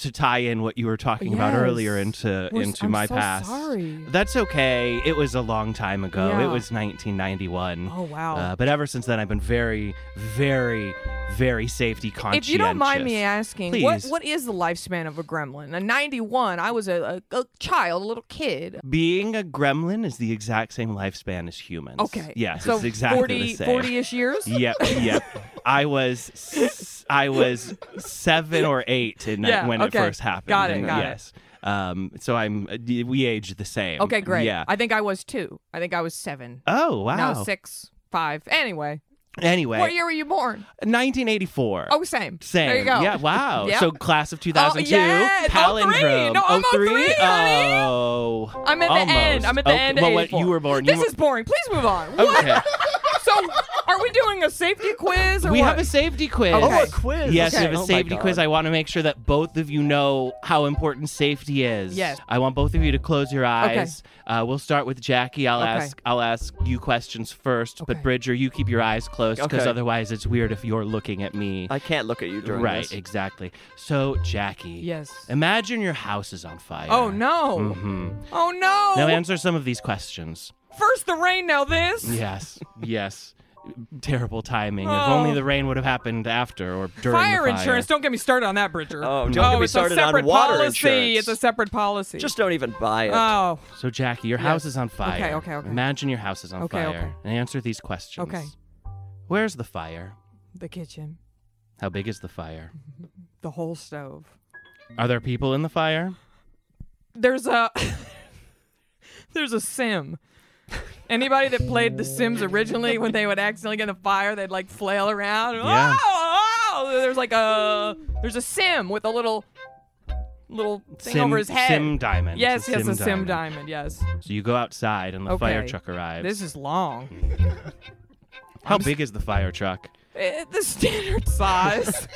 [SPEAKER 4] To tie in what you were talking about
[SPEAKER 1] Yes.
[SPEAKER 4] earlier into
[SPEAKER 1] We're s-
[SPEAKER 4] into
[SPEAKER 1] I'm
[SPEAKER 4] my
[SPEAKER 1] so
[SPEAKER 4] past,
[SPEAKER 1] sorry.
[SPEAKER 4] that's okay. It was a long time ago.
[SPEAKER 1] Yeah.
[SPEAKER 4] It was 1991.
[SPEAKER 1] Oh, wow.
[SPEAKER 4] Uh, but ever since then, I've been very, very, very safety conscious.
[SPEAKER 1] If you don't mind me asking, what,
[SPEAKER 4] Please.
[SPEAKER 1] what is the lifespan of a gremlin? A 91, I was a, a, a child, a little kid.
[SPEAKER 4] Being a gremlin is the exact same lifespan as humans.
[SPEAKER 1] Okay.
[SPEAKER 4] Yes,
[SPEAKER 1] so
[SPEAKER 4] it's exactly
[SPEAKER 1] 40,
[SPEAKER 4] the same.
[SPEAKER 1] 40-ish years?
[SPEAKER 4] Yep, yep. I was s- I was seven or eight in
[SPEAKER 1] Yeah,
[SPEAKER 4] when
[SPEAKER 1] okay.
[SPEAKER 4] it first happened.
[SPEAKER 1] Got it,
[SPEAKER 4] and uh,
[SPEAKER 1] got it.
[SPEAKER 4] yes. Um, so I'm we age the same.
[SPEAKER 1] Okay, great.
[SPEAKER 4] Yeah.
[SPEAKER 1] I think I was two. I think I was seven.
[SPEAKER 4] oh wow.
[SPEAKER 1] No, six, five. Anyway,
[SPEAKER 4] Anyway,
[SPEAKER 1] what year were you born?
[SPEAKER 4] 1984.
[SPEAKER 1] Oh, same.
[SPEAKER 4] Same.
[SPEAKER 1] There you go.
[SPEAKER 4] Yeah, wow.
[SPEAKER 1] Yep. Oh,
[SPEAKER 4] So class of 2002.
[SPEAKER 1] yeah, 03.
[SPEAKER 4] Palindrome.
[SPEAKER 1] No, I'm
[SPEAKER 4] 03?
[SPEAKER 1] 03, honey.
[SPEAKER 4] Oh.
[SPEAKER 1] I'm at
[SPEAKER 4] almost.
[SPEAKER 1] the end. I'm at the
[SPEAKER 4] okay.
[SPEAKER 1] end.
[SPEAKER 4] Well,
[SPEAKER 1] of
[SPEAKER 4] what,
[SPEAKER 1] 84.
[SPEAKER 4] you were born.
[SPEAKER 1] This
[SPEAKER 4] you were, Oh,
[SPEAKER 1] is boring. Please move on. What?
[SPEAKER 4] Okay.
[SPEAKER 1] So, are we doing a safety quiz or
[SPEAKER 4] we
[SPEAKER 1] what?
[SPEAKER 4] have a safety quiz.
[SPEAKER 1] Okay.
[SPEAKER 3] Oh, a quiz.
[SPEAKER 4] Yes,
[SPEAKER 3] okay.
[SPEAKER 4] we have
[SPEAKER 3] Oh
[SPEAKER 4] a
[SPEAKER 3] my
[SPEAKER 4] safety
[SPEAKER 3] God.
[SPEAKER 4] quiz. I want to make sure that both of you know how important safety is.
[SPEAKER 1] Yes.
[SPEAKER 4] I want both of you to close your eyes. Uh, we'll start with Jackie. I'll ask. I'll ask you questions first.
[SPEAKER 1] Okay.
[SPEAKER 4] But Bridger, you keep your eyes closed because
[SPEAKER 3] Okay.
[SPEAKER 4] otherwise it's weird if you're looking at me.
[SPEAKER 3] I can't look at you during
[SPEAKER 4] right.
[SPEAKER 3] this.
[SPEAKER 4] Exactly. So Jackie.
[SPEAKER 1] Yes.
[SPEAKER 4] Imagine your house is on fire.
[SPEAKER 1] Oh no!
[SPEAKER 4] hmm
[SPEAKER 1] Oh no!
[SPEAKER 4] Now answer some of these questions.
[SPEAKER 1] First the rain, now this.
[SPEAKER 4] Yes. yes. terrible timing. If only the rain would have happened after or during
[SPEAKER 1] Fire,
[SPEAKER 4] the fire.
[SPEAKER 1] insurance. Don't get me started on that, Bridger.
[SPEAKER 3] Oh, don't get me
[SPEAKER 1] it's
[SPEAKER 3] started
[SPEAKER 1] a
[SPEAKER 3] on
[SPEAKER 1] separate
[SPEAKER 3] water
[SPEAKER 1] policy.
[SPEAKER 3] insurance.
[SPEAKER 1] It's a separate policy.
[SPEAKER 3] Just don't even buy it.
[SPEAKER 1] oh,
[SPEAKER 4] So, Jackie, your house is on fire.
[SPEAKER 1] Okay, okay, okay.
[SPEAKER 4] Imagine your house is on
[SPEAKER 1] Okay,
[SPEAKER 4] fire
[SPEAKER 1] okay.
[SPEAKER 4] and answer these questions.
[SPEAKER 1] Okay.
[SPEAKER 4] Where's the fire?
[SPEAKER 1] the kitchen,
[SPEAKER 4] How big is the fire?
[SPEAKER 1] the whole stove.
[SPEAKER 4] Are there people in the fire?
[SPEAKER 1] There's a there's a sim. Anybody that played The Sims originally, when they would accidentally get in a fire, they'd like flail around.
[SPEAKER 4] Yeah.
[SPEAKER 1] Oh, oh! There's like a there's a sim with a little little thing
[SPEAKER 4] sim,
[SPEAKER 1] over his head.
[SPEAKER 4] Sim diamond.
[SPEAKER 1] Yes, yes,
[SPEAKER 4] sim
[SPEAKER 1] a sim
[SPEAKER 4] diamond.
[SPEAKER 1] diamond. Yes.
[SPEAKER 4] So you go outside and the
[SPEAKER 1] Okay.
[SPEAKER 4] fire truck arrives. Mm.
[SPEAKER 1] This is long.
[SPEAKER 4] How big is the fire truck?
[SPEAKER 1] Eh, the standard size.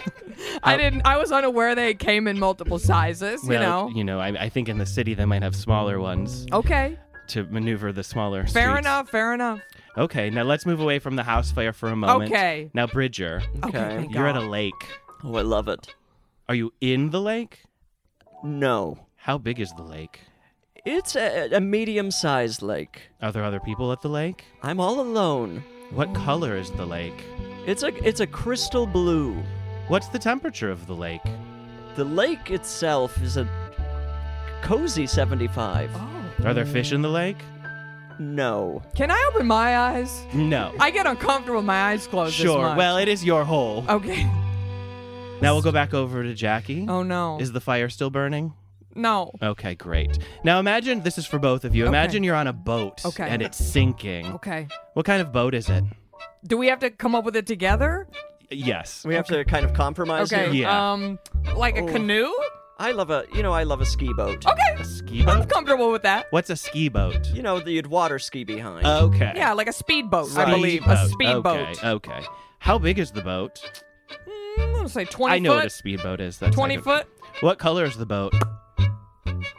[SPEAKER 1] I didn't. I was unaware they came in multiple sizes. you
[SPEAKER 4] well,
[SPEAKER 1] know.
[SPEAKER 4] you know, I, I think in the city they might have smaller ones
[SPEAKER 1] Okay.
[SPEAKER 4] to maneuver the smaller.
[SPEAKER 1] Fair
[SPEAKER 4] streets.
[SPEAKER 1] enough. Fair enough.
[SPEAKER 4] Okay, now let's move away from the house fire for a moment.
[SPEAKER 1] Okay.
[SPEAKER 4] Now, Bridger,
[SPEAKER 1] Okay. thank
[SPEAKER 4] you're at a
[SPEAKER 1] God.
[SPEAKER 4] lake.
[SPEAKER 3] Oh, I love it.
[SPEAKER 4] Are you in the lake?
[SPEAKER 3] No.
[SPEAKER 4] How big is the lake?
[SPEAKER 3] It's a, a medium sized lake.
[SPEAKER 4] Are there other people at the lake?
[SPEAKER 3] I'm all alone.
[SPEAKER 4] What color is the lake?
[SPEAKER 3] It's a it's a crystal blue.
[SPEAKER 4] What's the temperature of the lake?
[SPEAKER 3] The lake itself is a cozy 75.
[SPEAKER 4] Are there fish in the lake?
[SPEAKER 3] No.
[SPEAKER 1] Can I open my eyes?
[SPEAKER 4] No.
[SPEAKER 1] I get uncomfortable with my eyes closed. this
[SPEAKER 4] sure.
[SPEAKER 1] much. Oh.
[SPEAKER 4] Well, it is your hole.
[SPEAKER 1] Okay.
[SPEAKER 4] Now we'll go back over to Jackie.
[SPEAKER 1] Oh no.
[SPEAKER 4] Is the fire still burning?
[SPEAKER 1] no.
[SPEAKER 4] Okay, great. Now imagine this is for both of you. Imagine you're on a boat
[SPEAKER 1] Okay.
[SPEAKER 4] and it's sinking.
[SPEAKER 1] Okay.
[SPEAKER 4] What kind of boat is it?
[SPEAKER 1] Do we have to come up with it together?
[SPEAKER 4] Yes.
[SPEAKER 3] We have to kind of compromise
[SPEAKER 1] Okay.
[SPEAKER 3] here.
[SPEAKER 4] Yeah.
[SPEAKER 1] Um, like a
[SPEAKER 3] Oh.
[SPEAKER 1] canoe.
[SPEAKER 3] I love a, you know, I love a ski boat.
[SPEAKER 1] Okay.
[SPEAKER 4] A ski
[SPEAKER 1] I'm
[SPEAKER 4] boat?
[SPEAKER 1] comfortable with that.
[SPEAKER 4] What's a ski boat?
[SPEAKER 3] You know, that you'd water ski behind.
[SPEAKER 4] Okay.
[SPEAKER 1] Yeah, like a speedboat,
[SPEAKER 4] Speedboat.
[SPEAKER 1] I believe. A speedboat.
[SPEAKER 4] Okay. oh. okay. How big is the boat?
[SPEAKER 1] Mm, I'm gonna say 20
[SPEAKER 4] I know what a
[SPEAKER 1] foot.
[SPEAKER 4] speedboat is. That's
[SPEAKER 1] 20
[SPEAKER 4] I don't-
[SPEAKER 1] foot.
[SPEAKER 4] What color is the boat?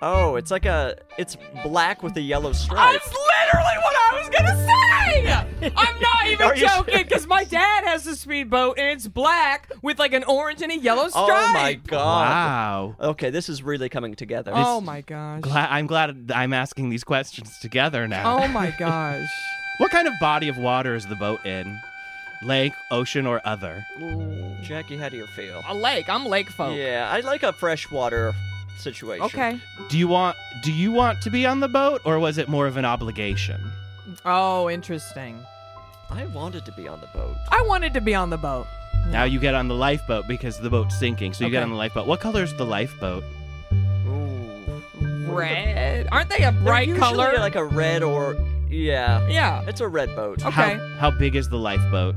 [SPEAKER 3] Oh, it's like a, it's black with a yellow stripe.
[SPEAKER 1] That's literally what I was gonna say. I'm not
[SPEAKER 3] Are
[SPEAKER 1] even
[SPEAKER 3] you
[SPEAKER 1] joking because my dad has a speedboat and it's black with like an orange and a yellow stripe.
[SPEAKER 3] Oh my god.
[SPEAKER 4] Wow.
[SPEAKER 3] Okay, this is really coming together.
[SPEAKER 1] Oh my gosh.
[SPEAKER 4] Gla- I'm glad I'm asking these questions together now.
[SPEAKER 1] Oh my gosh.
[SPEAKER 4] What kind of body of water is the boat in? Lake, ocean, or other?
[SPEAKER 3] Jackie, how do you feel?
[SPEAKER 1] A lake. I'm lake folk.
[SPEAKER 3] Yeah, I like a freshwater situation.
[SPEAKER 1] Oh. Okay.
[SPEAKER 4] Do you want do you want to be on the boat or was it more of an obligation?
[SPEAKER 1] Oh, interesting.
[SPEAKER 3] I wanted to be on the boat.
[SPEAKER 1] I wanted to be on the boat.
[SPEAKER 4] Now you get on the lifeboat because the boat's sinking. So you get
[SPEAKER 1] Okay.
[SPEAKER 4] on the lifeboat. What color is the lifeboat?
[SPEAKER 3] Ooh.
[SPEAKER 1] Red. Aren't they a bright
[SPEAKER 3] They're usually
[SPEAKER 1] color?
[SPEAKER 3] Like a red or yeah.
[SPEAKER 1] yeah.
[SPEAKER 3] It's a red boat.
[SPEAKER 1] Okay.
[SPEAKER 4] How, how big is the lifeboat?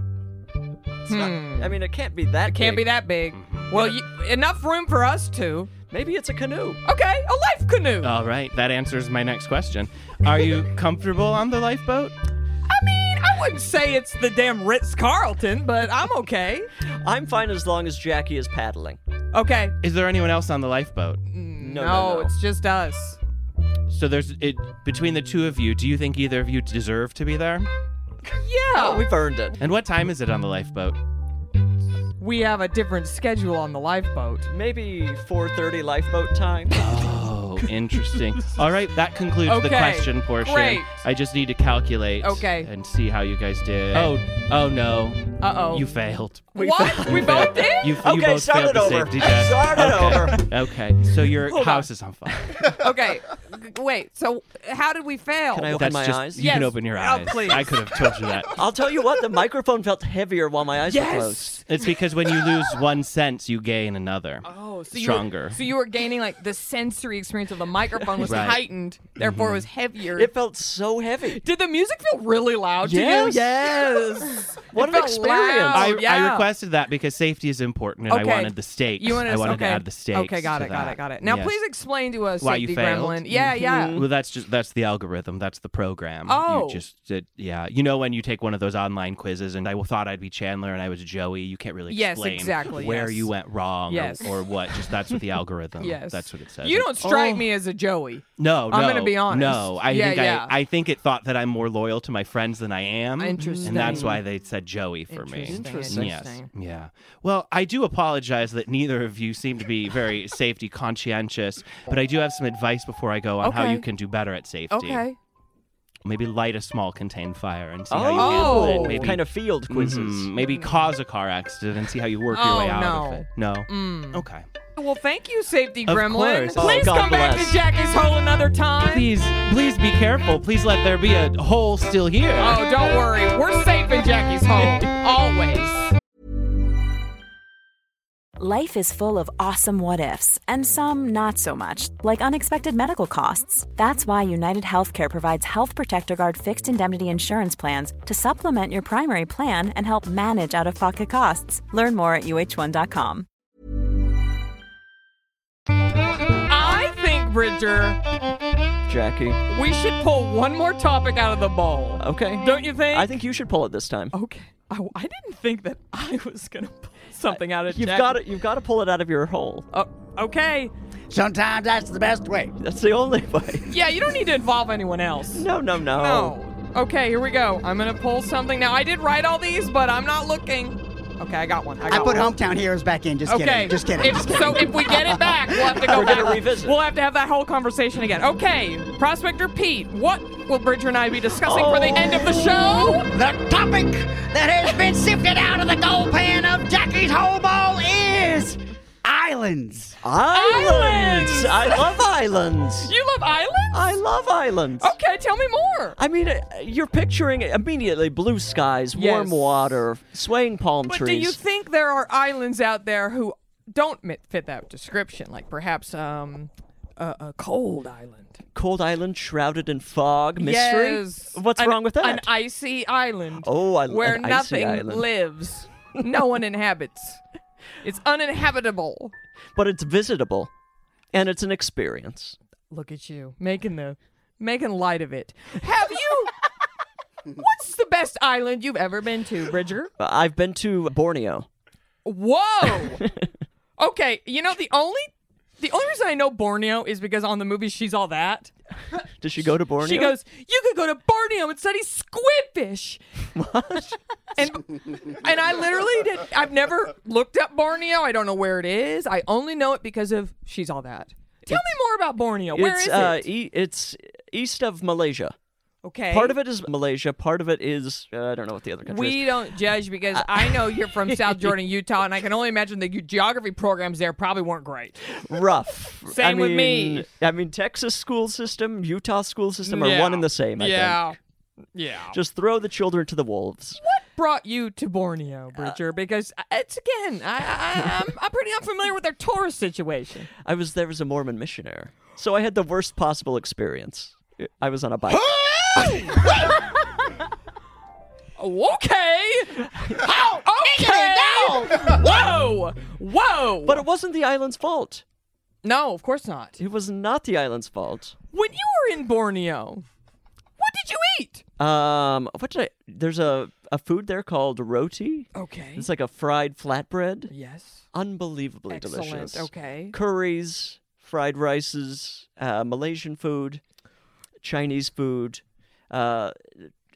[SPEAKER 3] It's not- I mean, it can't be that.
[SPEAKER 1] Hmm. Can't be
[SPEAKER 3] big.
[SPEAKER 1] that
[SPEAKER 3] Mm-hmm.
[SPEAKER 1] big. Well, you, enough room for us two.
[SPEAKER 3] Maybe it's a canoe.
[SPEAKER 1] Okay, a life canoe.
[SPEAKER 3] Uh.
[SPEAKER 4] All right, that answers my next question. Are you comfortable on the lifeboat?
[SPEAKER 1] I mean, I wouldn't say it's the damn Ritz Carlton, but I'm okay.
[SPEAKER 3] I'm fine as long as Jackie is paddling.
[SPEAKER 1] Okay.
[SPEAKER 4] Is there anyone else on the lifeboat?
[SPEAKER 3] No, no, no.
[SPEAKER 1] it's just us.
[SPEAKER 4] So there's it between the two of you. Do you think either of you deserve to be there?
[SPEAKER 1] Yeah.
[SPEAKER 3] Oh, We've earned it.
[SPEAKER 4] And what time is it on the lifeboat?
[SPEAKER 1] we have a different schedule on the lifeboat.
[SPEAKER 3] Maybe 4:30 lifeboat time.
[SPEAKER 4] Oh, interesting. All right, that concludes the
[SPEAKER 1] Okay,
[SPEAKER 4] question portion.
[SPEAKER 1] great.
[SPEAKER 4] I just need to calculate
[SPEAKER 1] Okay.
[SPEAKER 4] and see how you guys did. Oh, oh no.
[SPEAKER 1] Uh oh.
[SPEAKER 4] You failed.
[SPEAKER 1] What? we both did?
[SPEAKER 4] You, you
[SPEAKER 3] Okay,
[SPEAKER 4] both
[SPEAKER 3] start
[SPEAKER 4] failed
[SPEAKER 3] it
[SPEAKER 4] the
[SPEAKER 3] over.
[SPEAKER 4] safety test.
[SPEAKER 3] Start it
[SPEAKER 4] okay. Okay, so your house is on fire.
[SPEAKER 1] Okay. g- Wait, so how did we fail?
[SPEAKER 3] Can I open
[SPEAKER 4] That's
[SPEAKER 3] my
[SPEAKER 4] just,
[SPEAKER 3] eyes?
[SPEAKER 4] You
[SPEAKER 1] Yes.
[SPEAKER 4] can open your
[SPEAKER 1] Oh,
[SPEAKER 4] eyes.
[SPEAKER 1] please.
[SPEAKER 4] I could have told you that.
[SPEAKER 3] I'll tell you what. The microphone felt heavier while my eyes were closed.
[SPEAKER 4] It's because when you lose one sense, you gain another.
[SPEAKER 1] Oh, so You
[SPEAKER 4] Stronger.
[SPEAKER 1] were, so you were gaining like the sensory experience of the microphone was
[SPEAKER 4] Right. Mm-hmm.
[SPEAKER 1] heightened, therefore it was heavier.
[SPEAKER 3] It felt so heavy.
[SPEAKER 1] Did the music feel really loud
[SPEAKER 3] Yes.
[SPEAKER 1] to you? Yes.
[SPEAKER 3] What
[SPEAKER 1] It
[SPEAKER 3] an
[SPEAKER 1] felt
[SPEAKER 3] experience.
[SPEAKER 1] loud.
[SPEAKER 4] I, I
[SPEAKER 1] yeah.
[SPEAKER 4] requested that because safety is important, and
[SPEAKER 1] Okay.
[SPEAKER 4] I wanted the stakes.
[SPEAKER 1] You wanted,
[SPEAKER 4] I
[SPEAKER 1] us-
[SPEAKER 4] wanted
[SPEAKER 1] okay.
[SPEAKER 4] to add the stakes.
[SPEAKER 1] Okay, got
[SPEAKER 4] to
[SPEAKER 1] it, got
[SPEAKER 4] that.
[SPEAKER 1] it, got it. Now,
[SPEAKER 4] Yes.
[SPEAKER 1] please explain to us
[SPEAKER 4] Why you
[SPEAKER 1] safety
[SPEAKER 4] failed? Mm-hmm.
[SPEAKER 1] gremlin. Yeah, yeah.
[SPEAKER 4] Well, that's just that's the algorithm. That's the program.
[SPEAKER 1] Oh.
[SPEAKER 4] you just it, yeah. You know when you take one of those online quizzes, and I thought I'd be Chandler and I was Joey. You can't really
[SPEAKER 1] Yes,
[SPEAKER 4] explain
[SPEAKER 1] exactly,
[SPEAKER 4] where
[SPEAKER 1] yes.
[SPEAKER 4] you went wrong or-
[SPEAKER 1] Yes.
[SPEAKER 4] or, what. Just that's what the algorithm.
[SPEAKER 1] Yes.
[SPEAKER 4] that's what it says.
[SPEAKER 1] You
[SPEAKER 4] It-
[SPEAKER 1] don't
[SPEAKER 3] Oh.
[SPEAKER 1] strike me as a Joey.
[SPEAKER 4] No, no.
[SPEAKER 1] I'm gonna be honest.
[SPEAKER 4] No, I
[SPEAKER 1] Yeah,
[SPEAKER 4] think
[SPEAKER 1] yeah.
[SPEAKER 4] I, I think it thought that I'm more loyal to my friends than I am.
[SPEAKER 1] Interesting.
[SPEAKER 4] And that's why they said Joey for me.
[SPEAKER 1] Interesting,
[SPEAKER 3] Interesting.
[SPEAKER 4] Yes.
[SPEAKER 1] interesting.
[SPEAKER 4] Yeah. Well, I do apologize that neither of you seem to be very safety conscientious, but I do have some advice before I go on how
[SPEAKER 1] Okay.
[SPEAKER 4] you can do better at safety.
[SPEAKER 1] Okay.
[SPEAKER 4] Maybe light a small contained fire and see how you
[SPEAKER 3] Oh,
[SPEAKER 4] handle it. Maybe
[SPEAKER 3] kind of field quizzes.
[SPEAKER 4] Mhm. Maybe cause a car accident and see how you work your
[SPEAKER 1] Oh,
[SPEAKER 4] way out
[SPEAKER 1] no. Mm.
[SPEAKER 4] of it. No. Okay.
[SPEAKER 1] Well, thank you, Safety
[SPEAKER 4] Of
[SPEAKER 1] Gremlin.
[SPEAKER 4] course. Oh,
[SPEAKER 1] Please
[SPEAKER 3] God
[SPEAKER 1] come back
[SPEAKER 3] bless.
[SPEAKER 1] to Jackie's Hole another time.
[SPEAKER 4] Please, please be careful. Please let there be a hole still here.
[SPEAKER 1] Oh, don't worry. We're safe in Jackie's Hole. Always.
[SPEAKER 5] Life is full of awesome what ifs and some not so much, like unexpected medical costs. That's why United Healthcare provides Health Protector Guard fixed indemnity insurance plans to supplement your primary plan and help manage out of pocket costs. Learn more at uh1.com.
[SPEAKER 1] I think, Bridger,
[SPEAKER 3] Jackie.
[SPEAKER 1] we should pull one more topic out of the bowl.
[SPEAKER 3] Okay.
[SPEAKER 1] Don't you think? Oh,
[SPEAKER 3] I think you should pull it this time.
[SPEAKER 1] Okay. I, I didn't think that I was going to pull something out of
[SPEAKER 3] You've
[SPEAKER 1] Jackie.
[SPEAKER 3] got to you've got to pull it out of your hole.
[SPEAKER 1] Oh, okay.
[SPEAKER 2] Sometimes that's the best way.
[SPEAKER 3] That's the only way.
[SPEAKER 1] Yeah, you don't need to involve anyone else.
[SPEAKER 3] No, no, no.
[SPEAKER 1] No. Okay, here we go. I'm going to pull something. Now, I did write all these, but I'm not looking. Okay, I got one. I,
[SPEAKER 2] I
[SPEAKER 1] got
[SPEAKER 2] put
[SPEAKER 1] one.
[SPEAKER 2] hometown heroes back in. Just
[SPEAKER 1] Okay.
[SPEAKER 2] kidding. Just kidding.
[SPEAKER 1] If-
[SPEAKER 2] just kidding.
[SPEAKER 1] so if we get it back, we'll have to go
[SPEAKER 3] We're
[SPEAKER 1] back.
[SPEAKER 3] gonna revisit.
[SPEAKER 1] We'll have to have that whole conversation again. Okay, Prospector Pete, what will Bridger and I be discussing for the end of the show?
[SPEAKER 2] The topic that has been sifted out of the gold pan of Jackie's whole ball is islands.
[SPEAKER 3] Islands. I love islands.
[SPEAKER 1] You Oh. love islands?
[SPEAKER 3] I love islands.
[SPEAKER 1] Okay, tell me more.
[SPEAKER 3] I mean, uh, you're picturing immediately blue skies, warm
[SPEAKER 1] Yes.
[SPEAKER 3] water, swaying palm
[SPEAKER 1] But
[SPEAKER 3] trees.
[SPEAKER 1] do you think there are islands out there who don't mi- fit that description? Like perhaps um, a, a cold island.
[SPEAKER 3] cold island shrouded in fog mystery?
[SPEAKER 1] Yes.
[SPEAKER 3] What's
[SPEAKER 1] An-
[SPEAKER 3] wrong with that?
[SPEAKER 1] An icy island.
[SPEAKER 3] Oh, I-
[SPEAKER 1] where
[SPEAKER 3] an icy
[SPEAKER 1] nothing
[SPEAKER 3] island.
[SPEAKER 1] lives, no one inhabits. It's uninhabitable.
[SPEAKER 3] but it's visitable and it's an experience.
[SPEAKER 1] Look at you making the making light of it. Have you? what's the best island you've ever been to, Bridger?
[SPEAKER 3] Uh, I've been to Borneo.
[SPEAKER 1] Whoa. okay, you know the only the only reason I know Borneo is because on the movie she's all that.
[SPEAKER 3] Does she go to Borneo?
[SPEAKER 1] She goes, "You could go to Borneo and study squidfish." and and I literally did. I've never looked up Borneo. I don't know where it is. I only know it because of she's all that. Tell me more about Borneo. Where
[SPEAKER 3] it's,
[SPEAKER 1] is
[SPEAKER 3] uh,
[SPEAKER 1] it?
[SPEAKER 3] E- it's east of Malaysia.
[SPEAKER 1] Okay.
[SPEAKER 3] Part of it is Malaysia. Part of it is uh, I don't know what the other country
[SPEAKER 1] We
[SPEAKER 3] is.
[SPEAKER 1] don't judge because I know you're from South Jordan, Utah, and I can only imagine the geography programs there probably weren't great.
[SPEAKER 3] Rough. I
[SPEAKER 1] Same with me.
[SPEAKER 3] mean- I mean, Texas school system, Utah school system are one and the same. I think.
[SPEAKER 1] yeah. Yeah.
[SPEAKER 3] Just throw the children to the wolves.
[SPEAKER 1] brought you to Borneo, Bridger? because uh, it's again, I, I, I'm, I'm pretty unfamiliar with their tourist situation.
[SPEAKER 3] I was there as a Mormon missionary, so I had the worst possible experience. I was on a bike.
[SPEAKER 1] Oh, Okay. How? Okay. Whoa. Whoa.
[SPEAKER 3] But it wasn't the island's fault.
[SPEAKER 1] no, of course not.
[SPEAKER 3] It was not the island's fault.
[SPEAKER 1] When you were in Borneo, what did you eat?
[SPEAKER 3] Um, what did I? There's a a food there called roti.
[SPEAKER 1] Okay.
[SPEAKER 3] It's like a fried flatbread.
[SPEAKER 1] yes.
[SPEAKER 3] Unbelievably
[SPEAKER 1] Excellent.
[SPEAKER 3] delicious.
[SPEAKER 1] Okay.
[SPEAKER 3] Curries, fried rices, uh, Malaysian food, Chinese food. Uh,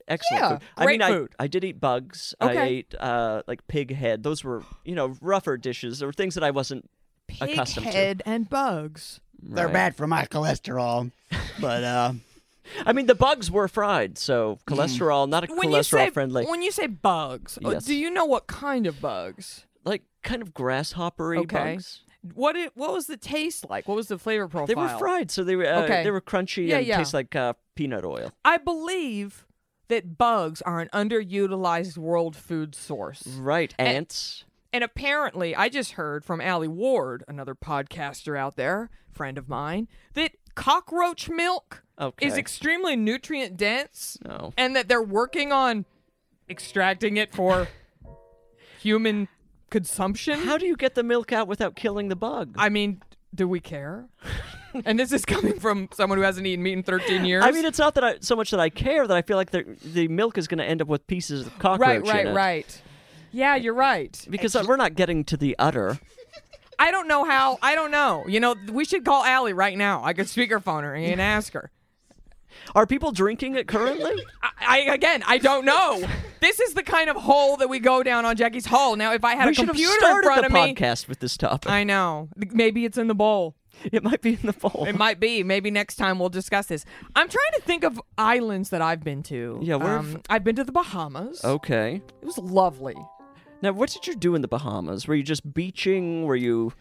[SPEAKER 3] excellent
[SPEAKER 1] Yeah,
[SPEAKER 3] food. I
[SPEAKER 1] great
[SPEAKER 3] mean,
[SPEAKER 1] food.
[SPEAKER 3] I I did eat bugs. I
[SPEAKER 1] Okay.
[SPEAKER 3] ate uh like pig head. Those were you know rougher dishes. There were things that I wasn't accustomed
[SPEAKER 1] and bugs.
[SPEAKER 3] to.
[SPEAKER 2] They're
[SPEAKER 3] Right.
[SPEAKER 2] bad for my cholesterol. But uh,
[SPEAKER 3] I mean, the bugs were fried, so cholesterol not a
[SPEAKER 1] Mm. When you
[SPEAKER 3] cholesterol
[SPEAKER 1] say
[SPEAKER 3] friendly.
[SPEAKER 1] when you say bugs, uh,
[SPEAKER 3] Yes.
[SPEAKER 1] do you know what kind of bugs?
[SPEAKER 3] like kind of grasshoppery
[SPEAKER 1] Okay.
[SPEAKER 3] bugs.
[SPEAKER 1] What it, what was the taste like? What was the flavor profile?
[SPEAKER 3] They were fried, so they were uh,
[SPEAKER 1] Okay.
[SPEAKER 3] they were crunchy
[SPEAKER 1] Yeah,
[SPEAKER 3] and
[SPEAKER 1] yeah.
[SPEAKER 3] taste like uh, peanut oil.
[SPEAKER 1] I believe that bugs are an underutilized world food source.
[SPEAKER 3] Right, ants.
[SPEAKER 1] And apparently, I just heard from Allie Ward, another podcaster out there, friend of mine, that cockroach milk is
[SPEAKER 3] Okay. Oh.
[SPEAKER 1] extremely nutrient dense
[SPEAKER 3] No.
[SPEAKER 1] and that they're working on extracting it for human consumption.
[SPEAKER 3] How do you get the milk out without killing the bug?
[SPEAKER 1] I mean, do we care? and this is coming from someone who hasn't eaten meat in 13 years.
[SPEAKER 3] I mean, it's not that I so much that I care that I feel like the the milk is going to end up with pieces of cockroach
[SPEAKER 1] right, right,
[SPEAKER 3] in it.
[SPEAKER 1] right. Yeah, you're right.
[SPEAKER 3] Because uh, we're not getting to the udder.
[SPEAKER 1] I don't know how. I don't know. You know, we should call Allie right now. I could speakerphone her and ask her.
[SPEAKER 3] Are people drinking it currently?
[SPEAKER 1] I, I again, I don't know. This is the kind of hole that we go down on Jackie's hole. Now, if I had
[SPEAKER 3] we
[SPEAKER 1] a
[SPEAKER 3] should have
[SPEAKER 1] computer in
[SPEAKER 3] started
[SPEAKER 1] front
[SPEAKER 3] the
[SPEAKER 1] of me,
[SPEAKER 3] podcast with this topic.
[SPEAKER 1] I know. Maybe it's in the bowl.
[SPEAKER 3] It might be in the bowl.
[SPEAKER 1] It might be. Maybe next time we'll discuss this. I'm trying to think of islands that I've been to.
[SPEAKER 3] Yeah, where Oh.
[SPEAKER 1] Um,
[SPEAKER 3] have-
[SPEAKER 1] I've been to the Bahamas.
[SPEAKER 3] Okay.
[SPEAKER 1] It was lovely.
[SPEAKER 3] Now, what did you do in the Bahamas? Were you just beaching? Were you?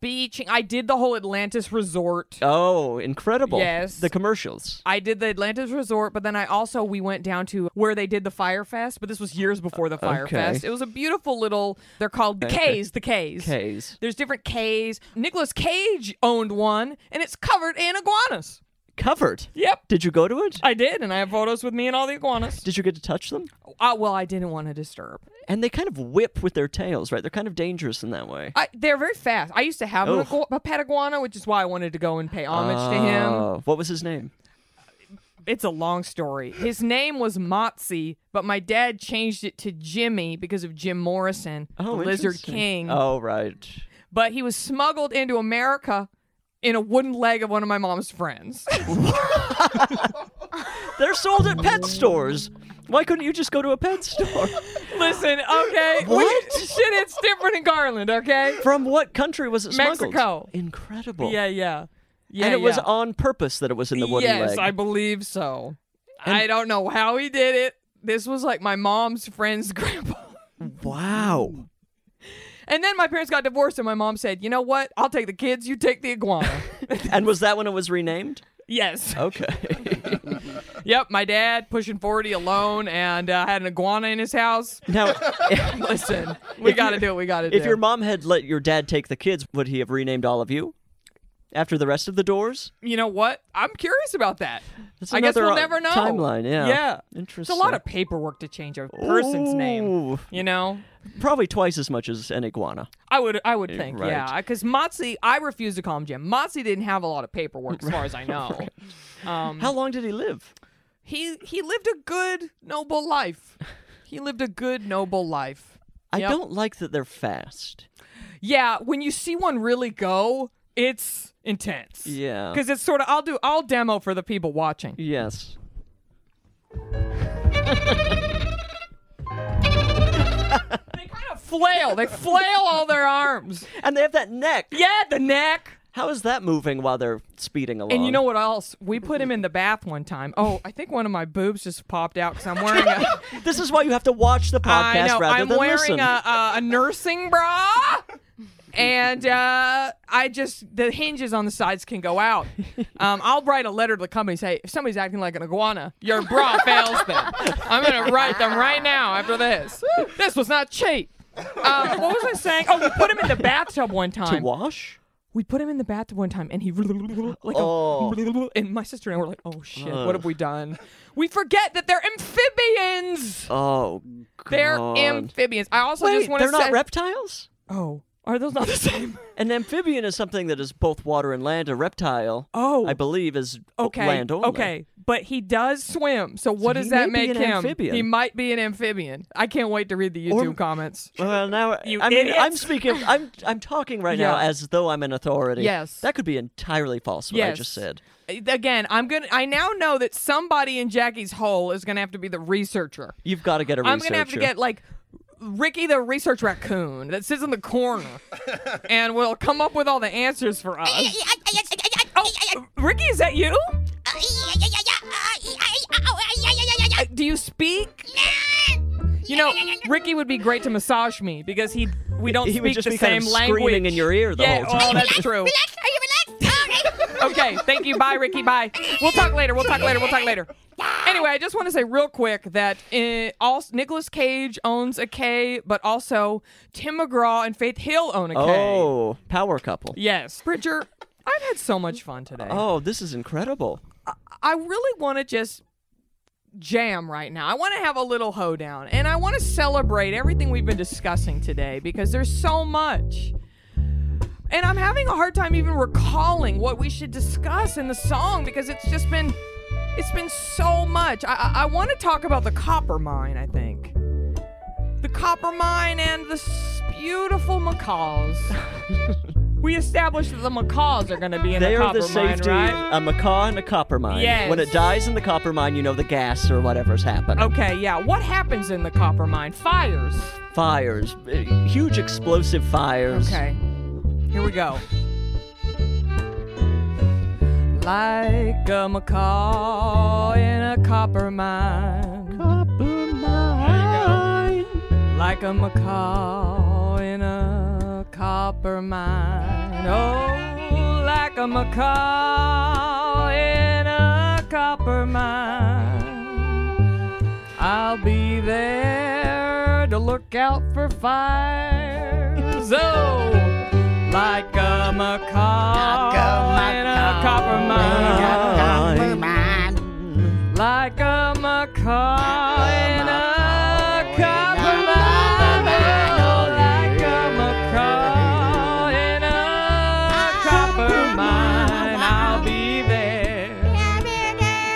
[SPEAKER 1] Beaching. I did the whole Atlantis resort.
[SPEAKER 3] Oh, incredible!
[SPEAKER 1] Yes.
[SPEAKER 3] The commercials.
[SPEAKER 1] I did the Atlantis Resort, but then I also we went down to where they did the Fire Fest, but this was years before the Fire
[SPEAKER 3] okay.
[SPEAKER 1] Fest. It was a beautiful little. They're called the K's. The K's.
[SPEAKER 3] K's.
[SPEAKER 1] There's different K's. Nicolas Cage owned one, and it's covered in iguanas.
[SPEAKER 3] Covered.
[SPEAKER 1] Yep.
[SPEAKER 3] Did you go to it?
[SPEAKER 1] I did, and I have photos with me and all the iguanas.
[SPEAKER 3] Did you get to touch them?
[SPEAKER 1] Uh, well, I didn't want to disturb.
[SPEAKER 3] And they kind of whip with their tails, right? They're kind of dangerous in that way.
[SPEAKER 1] I, they're very fast. I used to have an
[SPEAKER 3] Oof.
[SPEAKER 1] igua- a pet iguana, which is why I wanted to go and pay homage to him.
[SPEAKER 3] Oh, What was his name?
[SPEAKER 1] It's a long story. His name was Motzi, but my dad changed it to Jimmy because of Jim Morrison,
[SPEAKER 3] Oh,
[SPEAKER 1] the Lizard
[SPEAKER 3] interesting.
[SPEAKER 1] King.
[SPEAKER 3] Oh, right.
[SPEAKER 1] But he was smuggled into America in a wooden leg of one of my mom's friends.
[SPEAKER 3] They're sold at pet stores. Why couldn't you just go to a pet store?
[SPEAKER 1] Listen, okay, we-
[SPEAKER 3] What?
[SPEAKER 1] shit? It's different in Garland, okay?
[SPEAKER 3] From what country was it smuggled?
[SPEAKER 1] Mexico.
[SPEAKER 3] Incredible.
[SPEAKER 1] Yeah, yeah, yeah.
[SPEAKER 3] and it was
[SPEAKER 1] yeah.
[SPEAKER 3] on purpose that it was in the wooden
[SPEAKER 1] yes,
[SPEAKER 3] leg.
[SPEAKER 1] I believe so. I don't know how he did it. This was like my mom's friend's grandpa.
[SPEAKER 3] Wow.
[SPEAKER 1] And then my parents got divorced, and my mom said, "You know what? I'll take the kids. You take the iguana."
[SPEAKER 3] and was that when it was renamed?
[SPEAKER 1] yes.
[SPEAKER 3] Okay.
[SPEAKER 1] Yep. My dad pushing forty alone, and uh, had an iguana in his house.
[SPEAKER 3] now,
[SPEAKER 1] Listen, we
[SPEAKER 3] If
[SPEAKER 1] got to
[SPEAKER 3] you-
[SPEAKER 1] do what we got to do.
[SPEAKER 3] if your mom had let your dad take the kids, would he have renamed all of you? After the rest of the doors?
[SPEAKER 1] you know what? I'm curious about that.
[SPEAKER 3] That's
[SPEAKER 1] I guess we'll
[SPEAKER 3] another, uh,
[SPEAKER 1] never know.
[SPEAKER 3] timeline, yeah.
[SPEAKER 1] Yeah. It's a
[SPEAKER 3] Interesting.
[SPEAKER 1] lot of paperwork to change a person's name.
[SPEAKER 3] Ooh.
[SPEAKER 1] You know.
[SPEAKER 3] Probably twice as much as an iguana.
[SPEAKER 1] I would, I would think,
[SPEAKER 3] right.
[SPEAKER 1] yeah, because Motzi, I refuse to call him Jim. Motzi didn't have a lot of paperwork, as far as I know.
[SPEAKER 3] How long did he live?
[SPEAKER 1] He he lived a good, noble life. He lived a good, noble life.
[SPEAKER 3] I
[SPEAKER 1] Yep.
[SPEAKER 3] don't like that they're fast.
[SPEAKER 1] Yeah, when you see one really go, it's intense.
[SPEAKER 3] Yeah.
[SPEAKER 1] because it's sort of I'll do I'll demo for the people watching.
[SPEAKER 3] Yes.
[SPEAKER 1] They kind of flail. They flail all their arms.
[SPEAKER 3] And they have that neck.
[SPEAKER 1] Yeah, the neck.
[SPEAKER 3] How is that moving while they're speeding along?
[SPEAKER 1] And you know what else? We put him in the bath one time. Oh, I think one of my boobs just popped out because I'm wearing a.
[SPEAKER 3] This is why you have to watch the
[SPEAKER 1] I
[SPEAKER 3] podcast
[SPEAKER 1] know.
[SPEAKER 3] rather
[SPEAKER 1] I'm
[SPEAKER 3] than
[SPEAKER 1] wearing
[SPEAKER 3] listen.
[SPEAKER 1] A, a, a nursing bra, and uh, I just the hinges on the sides can go out. Um, I'll write a letter to the company say if somebody's acting like an iguana, your bra fails them. I'm gonna write them right now after this. This was not cheap. Um, what was I saying? Oh, we put him in the bathtub one
[SPEAKER 3] to
[SPEAKER 1] time.
[SPEAKER 3] wash?
[SPEAKER 1] We put him in the bathtub one time, and he like a-
[SPEAKER 3] Oh.
[SPEAKER 1] and my sister and I were like, "Oh shit, what have we done?" We forget that they're amphibians.
[SPEAKER 3] Oh, God.
[SPEAKER 1] They're amphibians. I also
[SPEAKER 3] Wait,
[SPEAKER 1] just want to
[SPEAKER 3] they're
[SPEAKER 1] say,
[SPEAKER 3] not reptiles?
[SPEAKER 1] oh, are those not the same?
[SPEAKER 3] An amphibian is something that is both water and land. A reptile,
[SPEAKER 1] Oh.
[SPEAKER 3] I believe, is o-
[SPEAKER 1] Okay,
[SPEAKER 3] land only.
[SPEAKER 1] okay, but he does swim. So what
[SPEAKER 3] So
[SPEAKER 1] does
[SPEAKER 3] he
[SPEAKER 1] that
[SPEAKER 3] may be
[SPEAKER 1] make
[SPEAKER 3] an
[SPEAKER 1] him?
[SPEAKER 3] amphibian.
[SPEAKER 1] He might be an amphibian. I can't wait to read the
[SPEAKER 3] Or-
[SPEAKER 1] YouTube comments.
[SPEAKER 3] Well, now
[SPEAKER 1] You
[SPEAKER 3] I mean, I'm
[SPEAKER 1] idiots.
[SPEAKER 3] speaking. I'm I'm talking right now
[SPEAKER 1] Yeah.
[SPEAKER 3] as though I'm an authority.
[SPEAKER 1] Yes.
[SPEAKER 3] that could be entirely false. What I
[SPEAKER 1] Yes.
[SPEAKER 3] just said.
[SPEAKER 1] Again, I'm gonna. I now know that somebody in Jackie's hole is gonna have to be the researcher.
[SPEAKER 3] You've got to get a researcher.
[SPEAKER 1] I'm gonna have to get like Ricky the research raccoon that sits in the corner and will come up with all the answers for us. Oh, Ricky, is that you? Uh, Do you speak? You know, Ricky would be great to massage me because he we don't
[SPEAKER 3] He
[SPEAKER 1] speak
[SPEAKER 3] would just
[SPEAKER 1] the
[SPEAKER 3] be kind
[SPEAKER 1] same
[SPEAKER 3] of
[SPEAKER 1] language.
[SPEAKER 3] screaming in your ear the
[SPEAKER 1] yeah,
[SPEAKER 3] whole time.
[SPEAKER 1] Oh, that's true. okay, thank you. Bye, Ricky. Bye. We'll talk later. We'll talk later. We'll talk later. Anyway, I just want to say real quick that uh, all Nicolas Cage owns a K, but also Tim McGraw and Faith Hill own a K.
[SPEAKER 3] Oh, power couple.
[SPEAKER 1] yes, Bridger. I've had so much fun today.
[SPEAKER 3] Oh, this is incredible.
[SPEAKER 1] I really want to just jam right now. I want to have a little hoedown and I want to celebrate everything we've been discussing today because there's so much. And I'm having a hard time even recalling what we should discuss in the song because it's just been it's been so much. I I, I want to talk about the copper mine, I think. The copper mine and the s- beautiful macaws. we established that the macaws are going to be in
[SPEAKER 3] They
[SPEAKER 1] the
[SPEAKER 3] are
[SPEAKER 1] copper
[SPEAKER 3] the safety,
[SPEAKER 1] mine, right?
[SPEAKER 3] a macaw and a copper mine.
[SPEAKER 1] Yes.
[SPEAKER 3] When it dies in the copper mine, you know the gas or whatever's happened.
[SPEAKER 1] Okay, yeah. What happens in the copper mine? Fires.
[SPEAKER 3] Fires, eh, uh, huge explosive fires.
[SPEAKER 1] Okay. Here we go. like a macaw in a copper mine. Copper mine. Like a macaw in a copper mine. Oh, like a macaw in a copper mine. I'll be there to look out for fires. Oh, like a macaw, in a copper mine.
[SPEAKER 2] uh,
[SPEAKER 1] Like a macaw in a copper mine. Oh, like a macaw in a copper mine. I'll be there.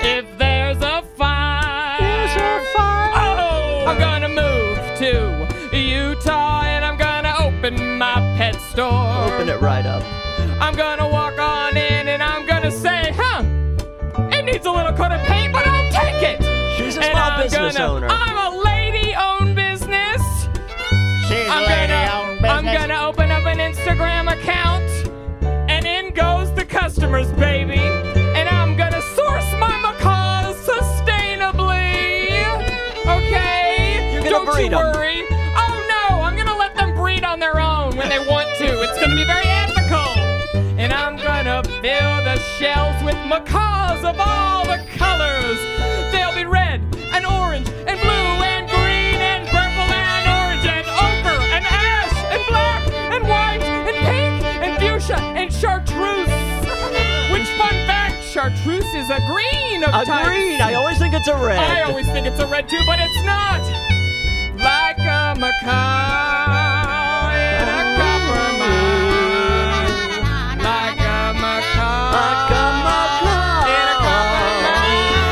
[SPEAKER 1] If there's a fire, Oh, I'm gonna move to Utah and I'm gonna open my pet store.
[SPEAKER 3] Open it right up.
[SPEAKER 1] I'm gonna walk on in and I'm gonna say, huh, it needs a little coat of paint, but I'll take it.
[SPEAKER 3] She's a
[SPEAKER 1] and
[SPEAKER 3] small
[SPEAKER 1] I'm
[SPEAKER 3] business
[SPEAKER 1] gonna,
[SPEAKER 3] owner.
[SPEAKER 1] I'm a lady-owned business.
[SPEAKER 2] She's
[SPEAKER 1] I'm
[SPEAKER 2] a lady on
[SPEAKER 1] gonna,
[SPEAKER 2] business.
[SPEAKER 1] I'm gonna open up an Instagram account, and in goes the customers, baby. And I'm gonna source my macaws sustainably. Okay?
[SPEAKER 3] You're gonna
[SPEAKER 1] Don't
[SPEAKER 3] breed
[SPEAKER 1] you
[SPEAKER 3] 'em.
[SPEAKER 1] worry. Oh no, I'm gonna let them breed on their own when they want to. It's gonna be very ethical. And I'm gonna fill the shells with macaws of all the colors. They'll be red and orange and blue and green and purple and orange and ochre and ash and black and white and pink and fuchsia and chartreuse. Which fun fact, chartreuse is a green of types.
[SPEAKER 3] Agreed. I always think it's a red.
[SPEAKER 1] I always think it's a red too, but it's not. Like a macaw in a copper mine. Like a macaw.
[SPEAKER 3] Like a macaw.
[SPEAKER 1] In a copper mine.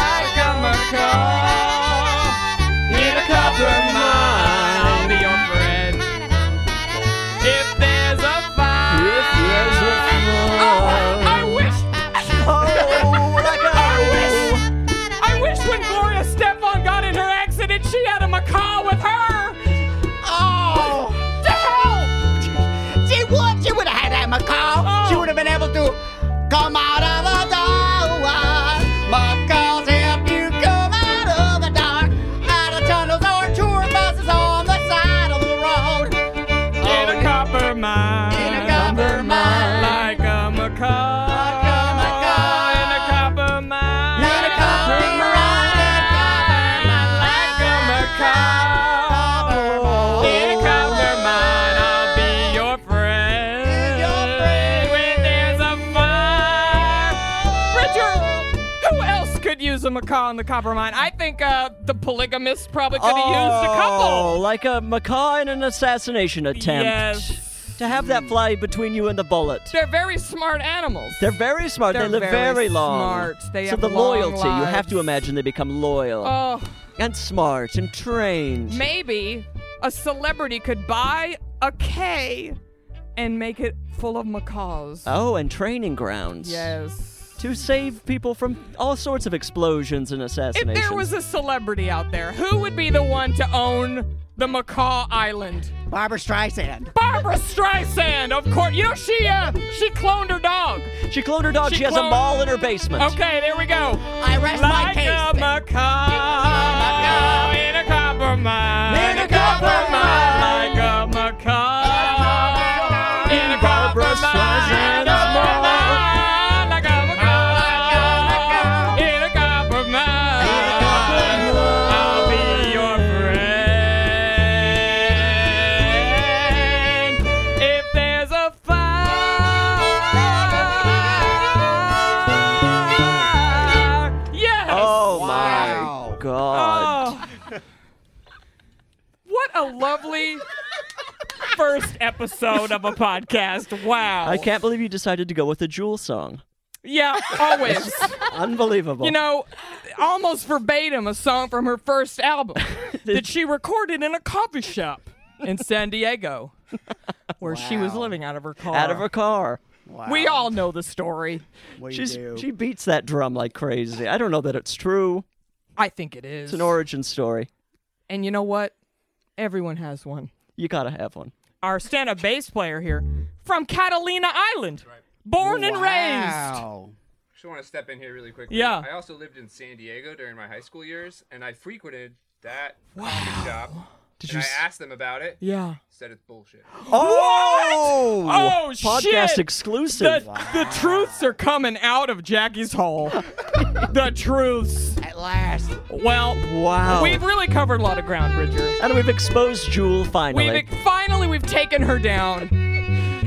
[SPEAKER 1] Like a macaw. In a copper mine. I'll be your friend. If there's a fire.
[SPEAKER 3] If there's a
[SPEAKER 1] Oh,
[SPEAKER 3] fire.
[SPEAKER 1] I wish.
[SPEAKER 3] Oh, like a-
[SPEAKER 1] I wish. I wish when Gloria Stefan got in her accident, she had a macaw with her. Oh, to hell!
[SPEAKER 2] She would. She would have had that macaw.
[SPEAKER 1] Oh.
[SPEAKER 2] She would have been able to come out of the dark. Macaws help you come out of the dark. Out of tunnels or tour buses on the side of the road.
[SPEAKER 1] In a copper mine.
[SPEAKER 2] In a copper mine.
[SPEAKER 1] Like a macaw.
[SPEAKER 2] Like a macaw.
[SPEAKER 1] In a copper mine.
[SPEAKER 2] In a copper mine. In a copper mine.
[SPEAKER 1] Like a macaw. In a copper mine. I'll be your friend. When there's a fire. Richard, who else could use a macaw in the copper mine? I think uh, the polygamist probably could have used a
[SPEAKER 3] Oh,
[SPEAKER 1] couple.
[SPEAKER 3] like a macaw in an assassination attempt.
[SPEAKER 1] Yes.
[SPEAKER 3] To have that fly between you and the bullet.
[SPEAKER 1] They're very smart animals.
[SPEAKER 3] They're very smart.
[SPEAKER 1] They're
[SPEAKER 3] they live
[SPEAKER 1] very
[SPEAKER 3] very, long.
[SPEAKER 1] smart. They
[SPEAKER 3] so
[SPEAKER 1] have
[SPEAKER 3] the
[SPEAKER 1] long
[SPEAKER 3] loyalty, you have to
[SPEAKER 1] lives.
[SPEAKER 3] imagine they become loyal
[SPEAKER 1] Oh,
[SPEAKER 3] and smart and trained.
[SPEAKER 1] maybe a celebrity could buy a K and make it full of macaws.
[SPEAKER 3] oh, and training grounds.
[SPEAKER 1] Yes.
[SPEAKER 3] To save people from all sorts of explosions and
[SPEAKER 1] If
[SPEAKER 3] assassinations.
[SPEAKER 1] there was a celebrity out there, who would be the one to own the Macaw Island?
[SPEAKER 2] Barbara Streisand.
[SPEAKER 1] Barbara Streisand, of course. You know she uh she cloned her dog.
[SPEAKER 3] she cloned her dog.
[SPEAKER 1] She
[SPEAKER 3] She, has
[SPEAKER 1] cloned-
[SPEAKER 3] a mall in her basement.
[SPEAKER 1] Okay, there we go.
[SPEAKER 2] I rest my
[SPEAKER 1] Like
[SPEAKER 2] case.
[SPEAKER 1] a macaw in a copper mine.
[SPEAKER 2] In a copper mine.
[SPEAKER 1] Like a macaw in a copper
[SPEAKER 3] Barbra
[SPEAKER 1] mine.
[SPEAKER 3] Streisand's
[SPEAKER 1] Like a macaw in a copper mine. I'll be your friend. If there's a fire. Yes!
[SPEAKER 3] Oh
[SPEAKER 2] Wow.
[SPEAKER 3] my god.
[SPEAKER 1] Oh. what a lovely first episode of a podcast. Wow.
[SPEAKER 3] I can't believe you decided to go with a Jewel song.
[SPEAKER 1] Yeah, always.
[SPEAKER 3] Unbelievable.
[SPEAKER 1] you know, almost verbatim a song from her first album that she recorded in a coffee shop in San Diego where she was living out of her car.
[SPEAKER 3] out of her car.
[SPEAKER 1] We all know the story.
[SPEAKER 2] We
[SPEAKER 3] She's,
[SPEAKER 2] do.
[SPEAKER 3] she beats that drum like crazy. I don't know that it's true.
[SPEAKER 1] I think it is.
[SPEAKER 3] It's an origin story.
[SPEAKER 1] and you know what? Everyone has one.
[SPEAKER 3] You gotta have one.
[SPEAKER 1] our stand-up bass player here from Catalina Island. born and raised.
[SPEAKER 2] Wow.
[SPEAKER 6] just want to step in here really quickly.
[SPEAKER 1] Yeah.
[SPEAKER 6] I also lived in San Diego during my high school years, and I frequented that coffee shop. Did and
[SPEAKER 3] you
[SPEAKER 6] I
[SPEAKER 3] s-
[SPEAKER 6] asked them about it.
[SPEAKER 1] Yeah.
[SPEAKER 6] Said it's bullshit.
[SPEAKER 3] Oh,
[SPEAKER 1] Oh,
[SPEAKER 3] podcast
[SPEAKER 1] shit.
[SPEAKER 3] exclusive.
[SPEAKER 1] The, the truths are coming out of Jackie's hole. the truths.
[SPEAKER 2] At last.
[SPEAKER 1] Well,
[SPEAKER 3] Wow.
[SPEAKER 1] we've really covered a lot of ground, Bridger.
[SPEAKER 3] and we've exposed Jewel
[SPEAKER 1] We've
[SPEAKER 3] finally.
[SPEAKER 1] finally we've taken her down,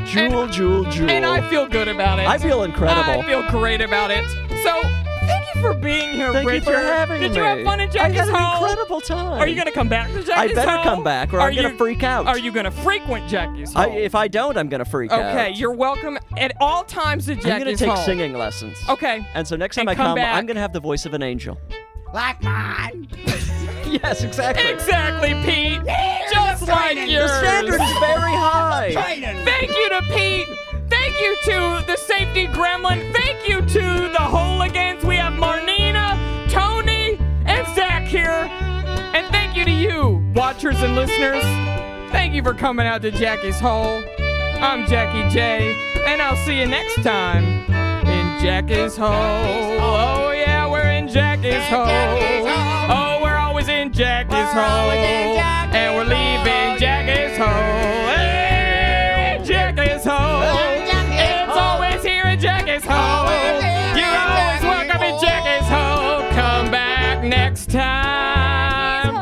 [SPEAKER 3] Jewel, Jewel, Jewel.
[SPEAKER 1] and I feel good about it.
[SPEAKER 3] I feel incredible.
[SPEAKER 1] I feel great about it. So thank you for being here,
[SPEAKER 3] Thank
[SPEAKER 1] Bridger.
[SPEAKER 3] you for having
[SPEAKER 1] Did
[SPEAKER 3] me.
[SPEAKER 1] you have fun at
[SPEAKER 3] I
[SPEAKER 1] Jackie's
[SPEAKER 3] had an
[SPEAKER 1] home?
[SPEAKER 3] incredible time.
[SPEAKER 1] Are you gonna come back to Jackie's
[SPEAKER 3] better
[SPEAKER 1] home?
[SPEAKER 3] come back or I'm
[SPEAKER 1] Are
[SPEAKER 3] gonna
[SPEAKER 1] you-
[SPEAKER 3] freak out.
[SPEAKER 1] Are you gonna frequent Jackie's home?
[SPEAKER 3] I, if I don't, I'm gonna freak out.
[SPEAKER 1] Oh. okay, you're welcome at all times to Jackie's
[SPEAKER 3] I'm gonna take
[SPEAKER 1] home.
[SPEAKER 3] singing lessons.
[SPEAKER 1] Okay.
[SPEAKER 3] And so next time
[SPEAKER 1] And
[SPEAKER 3] I
[SPEAKER 1] come
[SPEAKER 3] come,
[SPEAKER 1] back.
[SPEAKER 3] I'm gonna have the voice of an angel.
[SPEAKER 2] Like mine.
[SPEAKER 3] Yes, exactly.
[SPEAKER 1] Exactly, Pete. Just like
[SPEAKER 2] training. The
[SPEAKER 1] yours.
[SPEAKER 3] The standard is very high.
[SPEAKER 2] Training.
[SPEAKER 1] Thank you to Pete. Thank you to the safety gremlin. Thank you to the hooligans. We have Marnina, Tony, and Zach here. And thank you to you, watchers and listeners. Thank you for coming out to Jackie's Hole. I'm Jackie J, and I'll see you next time in Jackie's Hole. Oh, yeah, we're in Jackie's Hole. Oh, we're always in Jackie's Hole. And we're leaving Jackie's Hole. Hey, Jackie's Hole. It's always here in Jackie's Hole. You're always welcome in Jackie's Hole. Come back next time.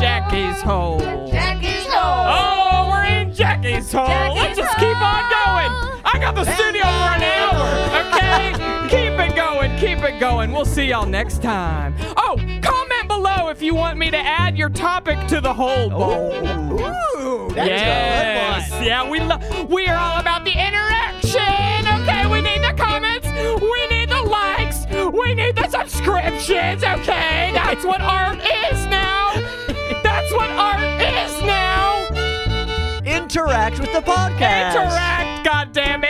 [SPEAKER 1] Jackie's Hole.
[SPEAKER 7] Jackie's hole.
[SPEAKER 1] Oh, we're in Jackie's Hole. Let's
[SPEAKER 7] Jackie's
[SPEAKER 1] just keep on going.
[SPEAKER 7] Hole.
[SPEAKER 1] I got the studio for an hour, okay? keep it going, keep it going. We'll see y'all next time. Oh, comment below if you want me to add your topic to the Hole Bowl. yes. Yeah, we lo- we are all about the interaction. Okay, we need the comments, we need the likes, we need the subscriptions. Okay, that's what art is now. That's what art is now.
[SPEAKER 3] Interact with the podcast.
[SPEAKER 1] Interact, goddammit.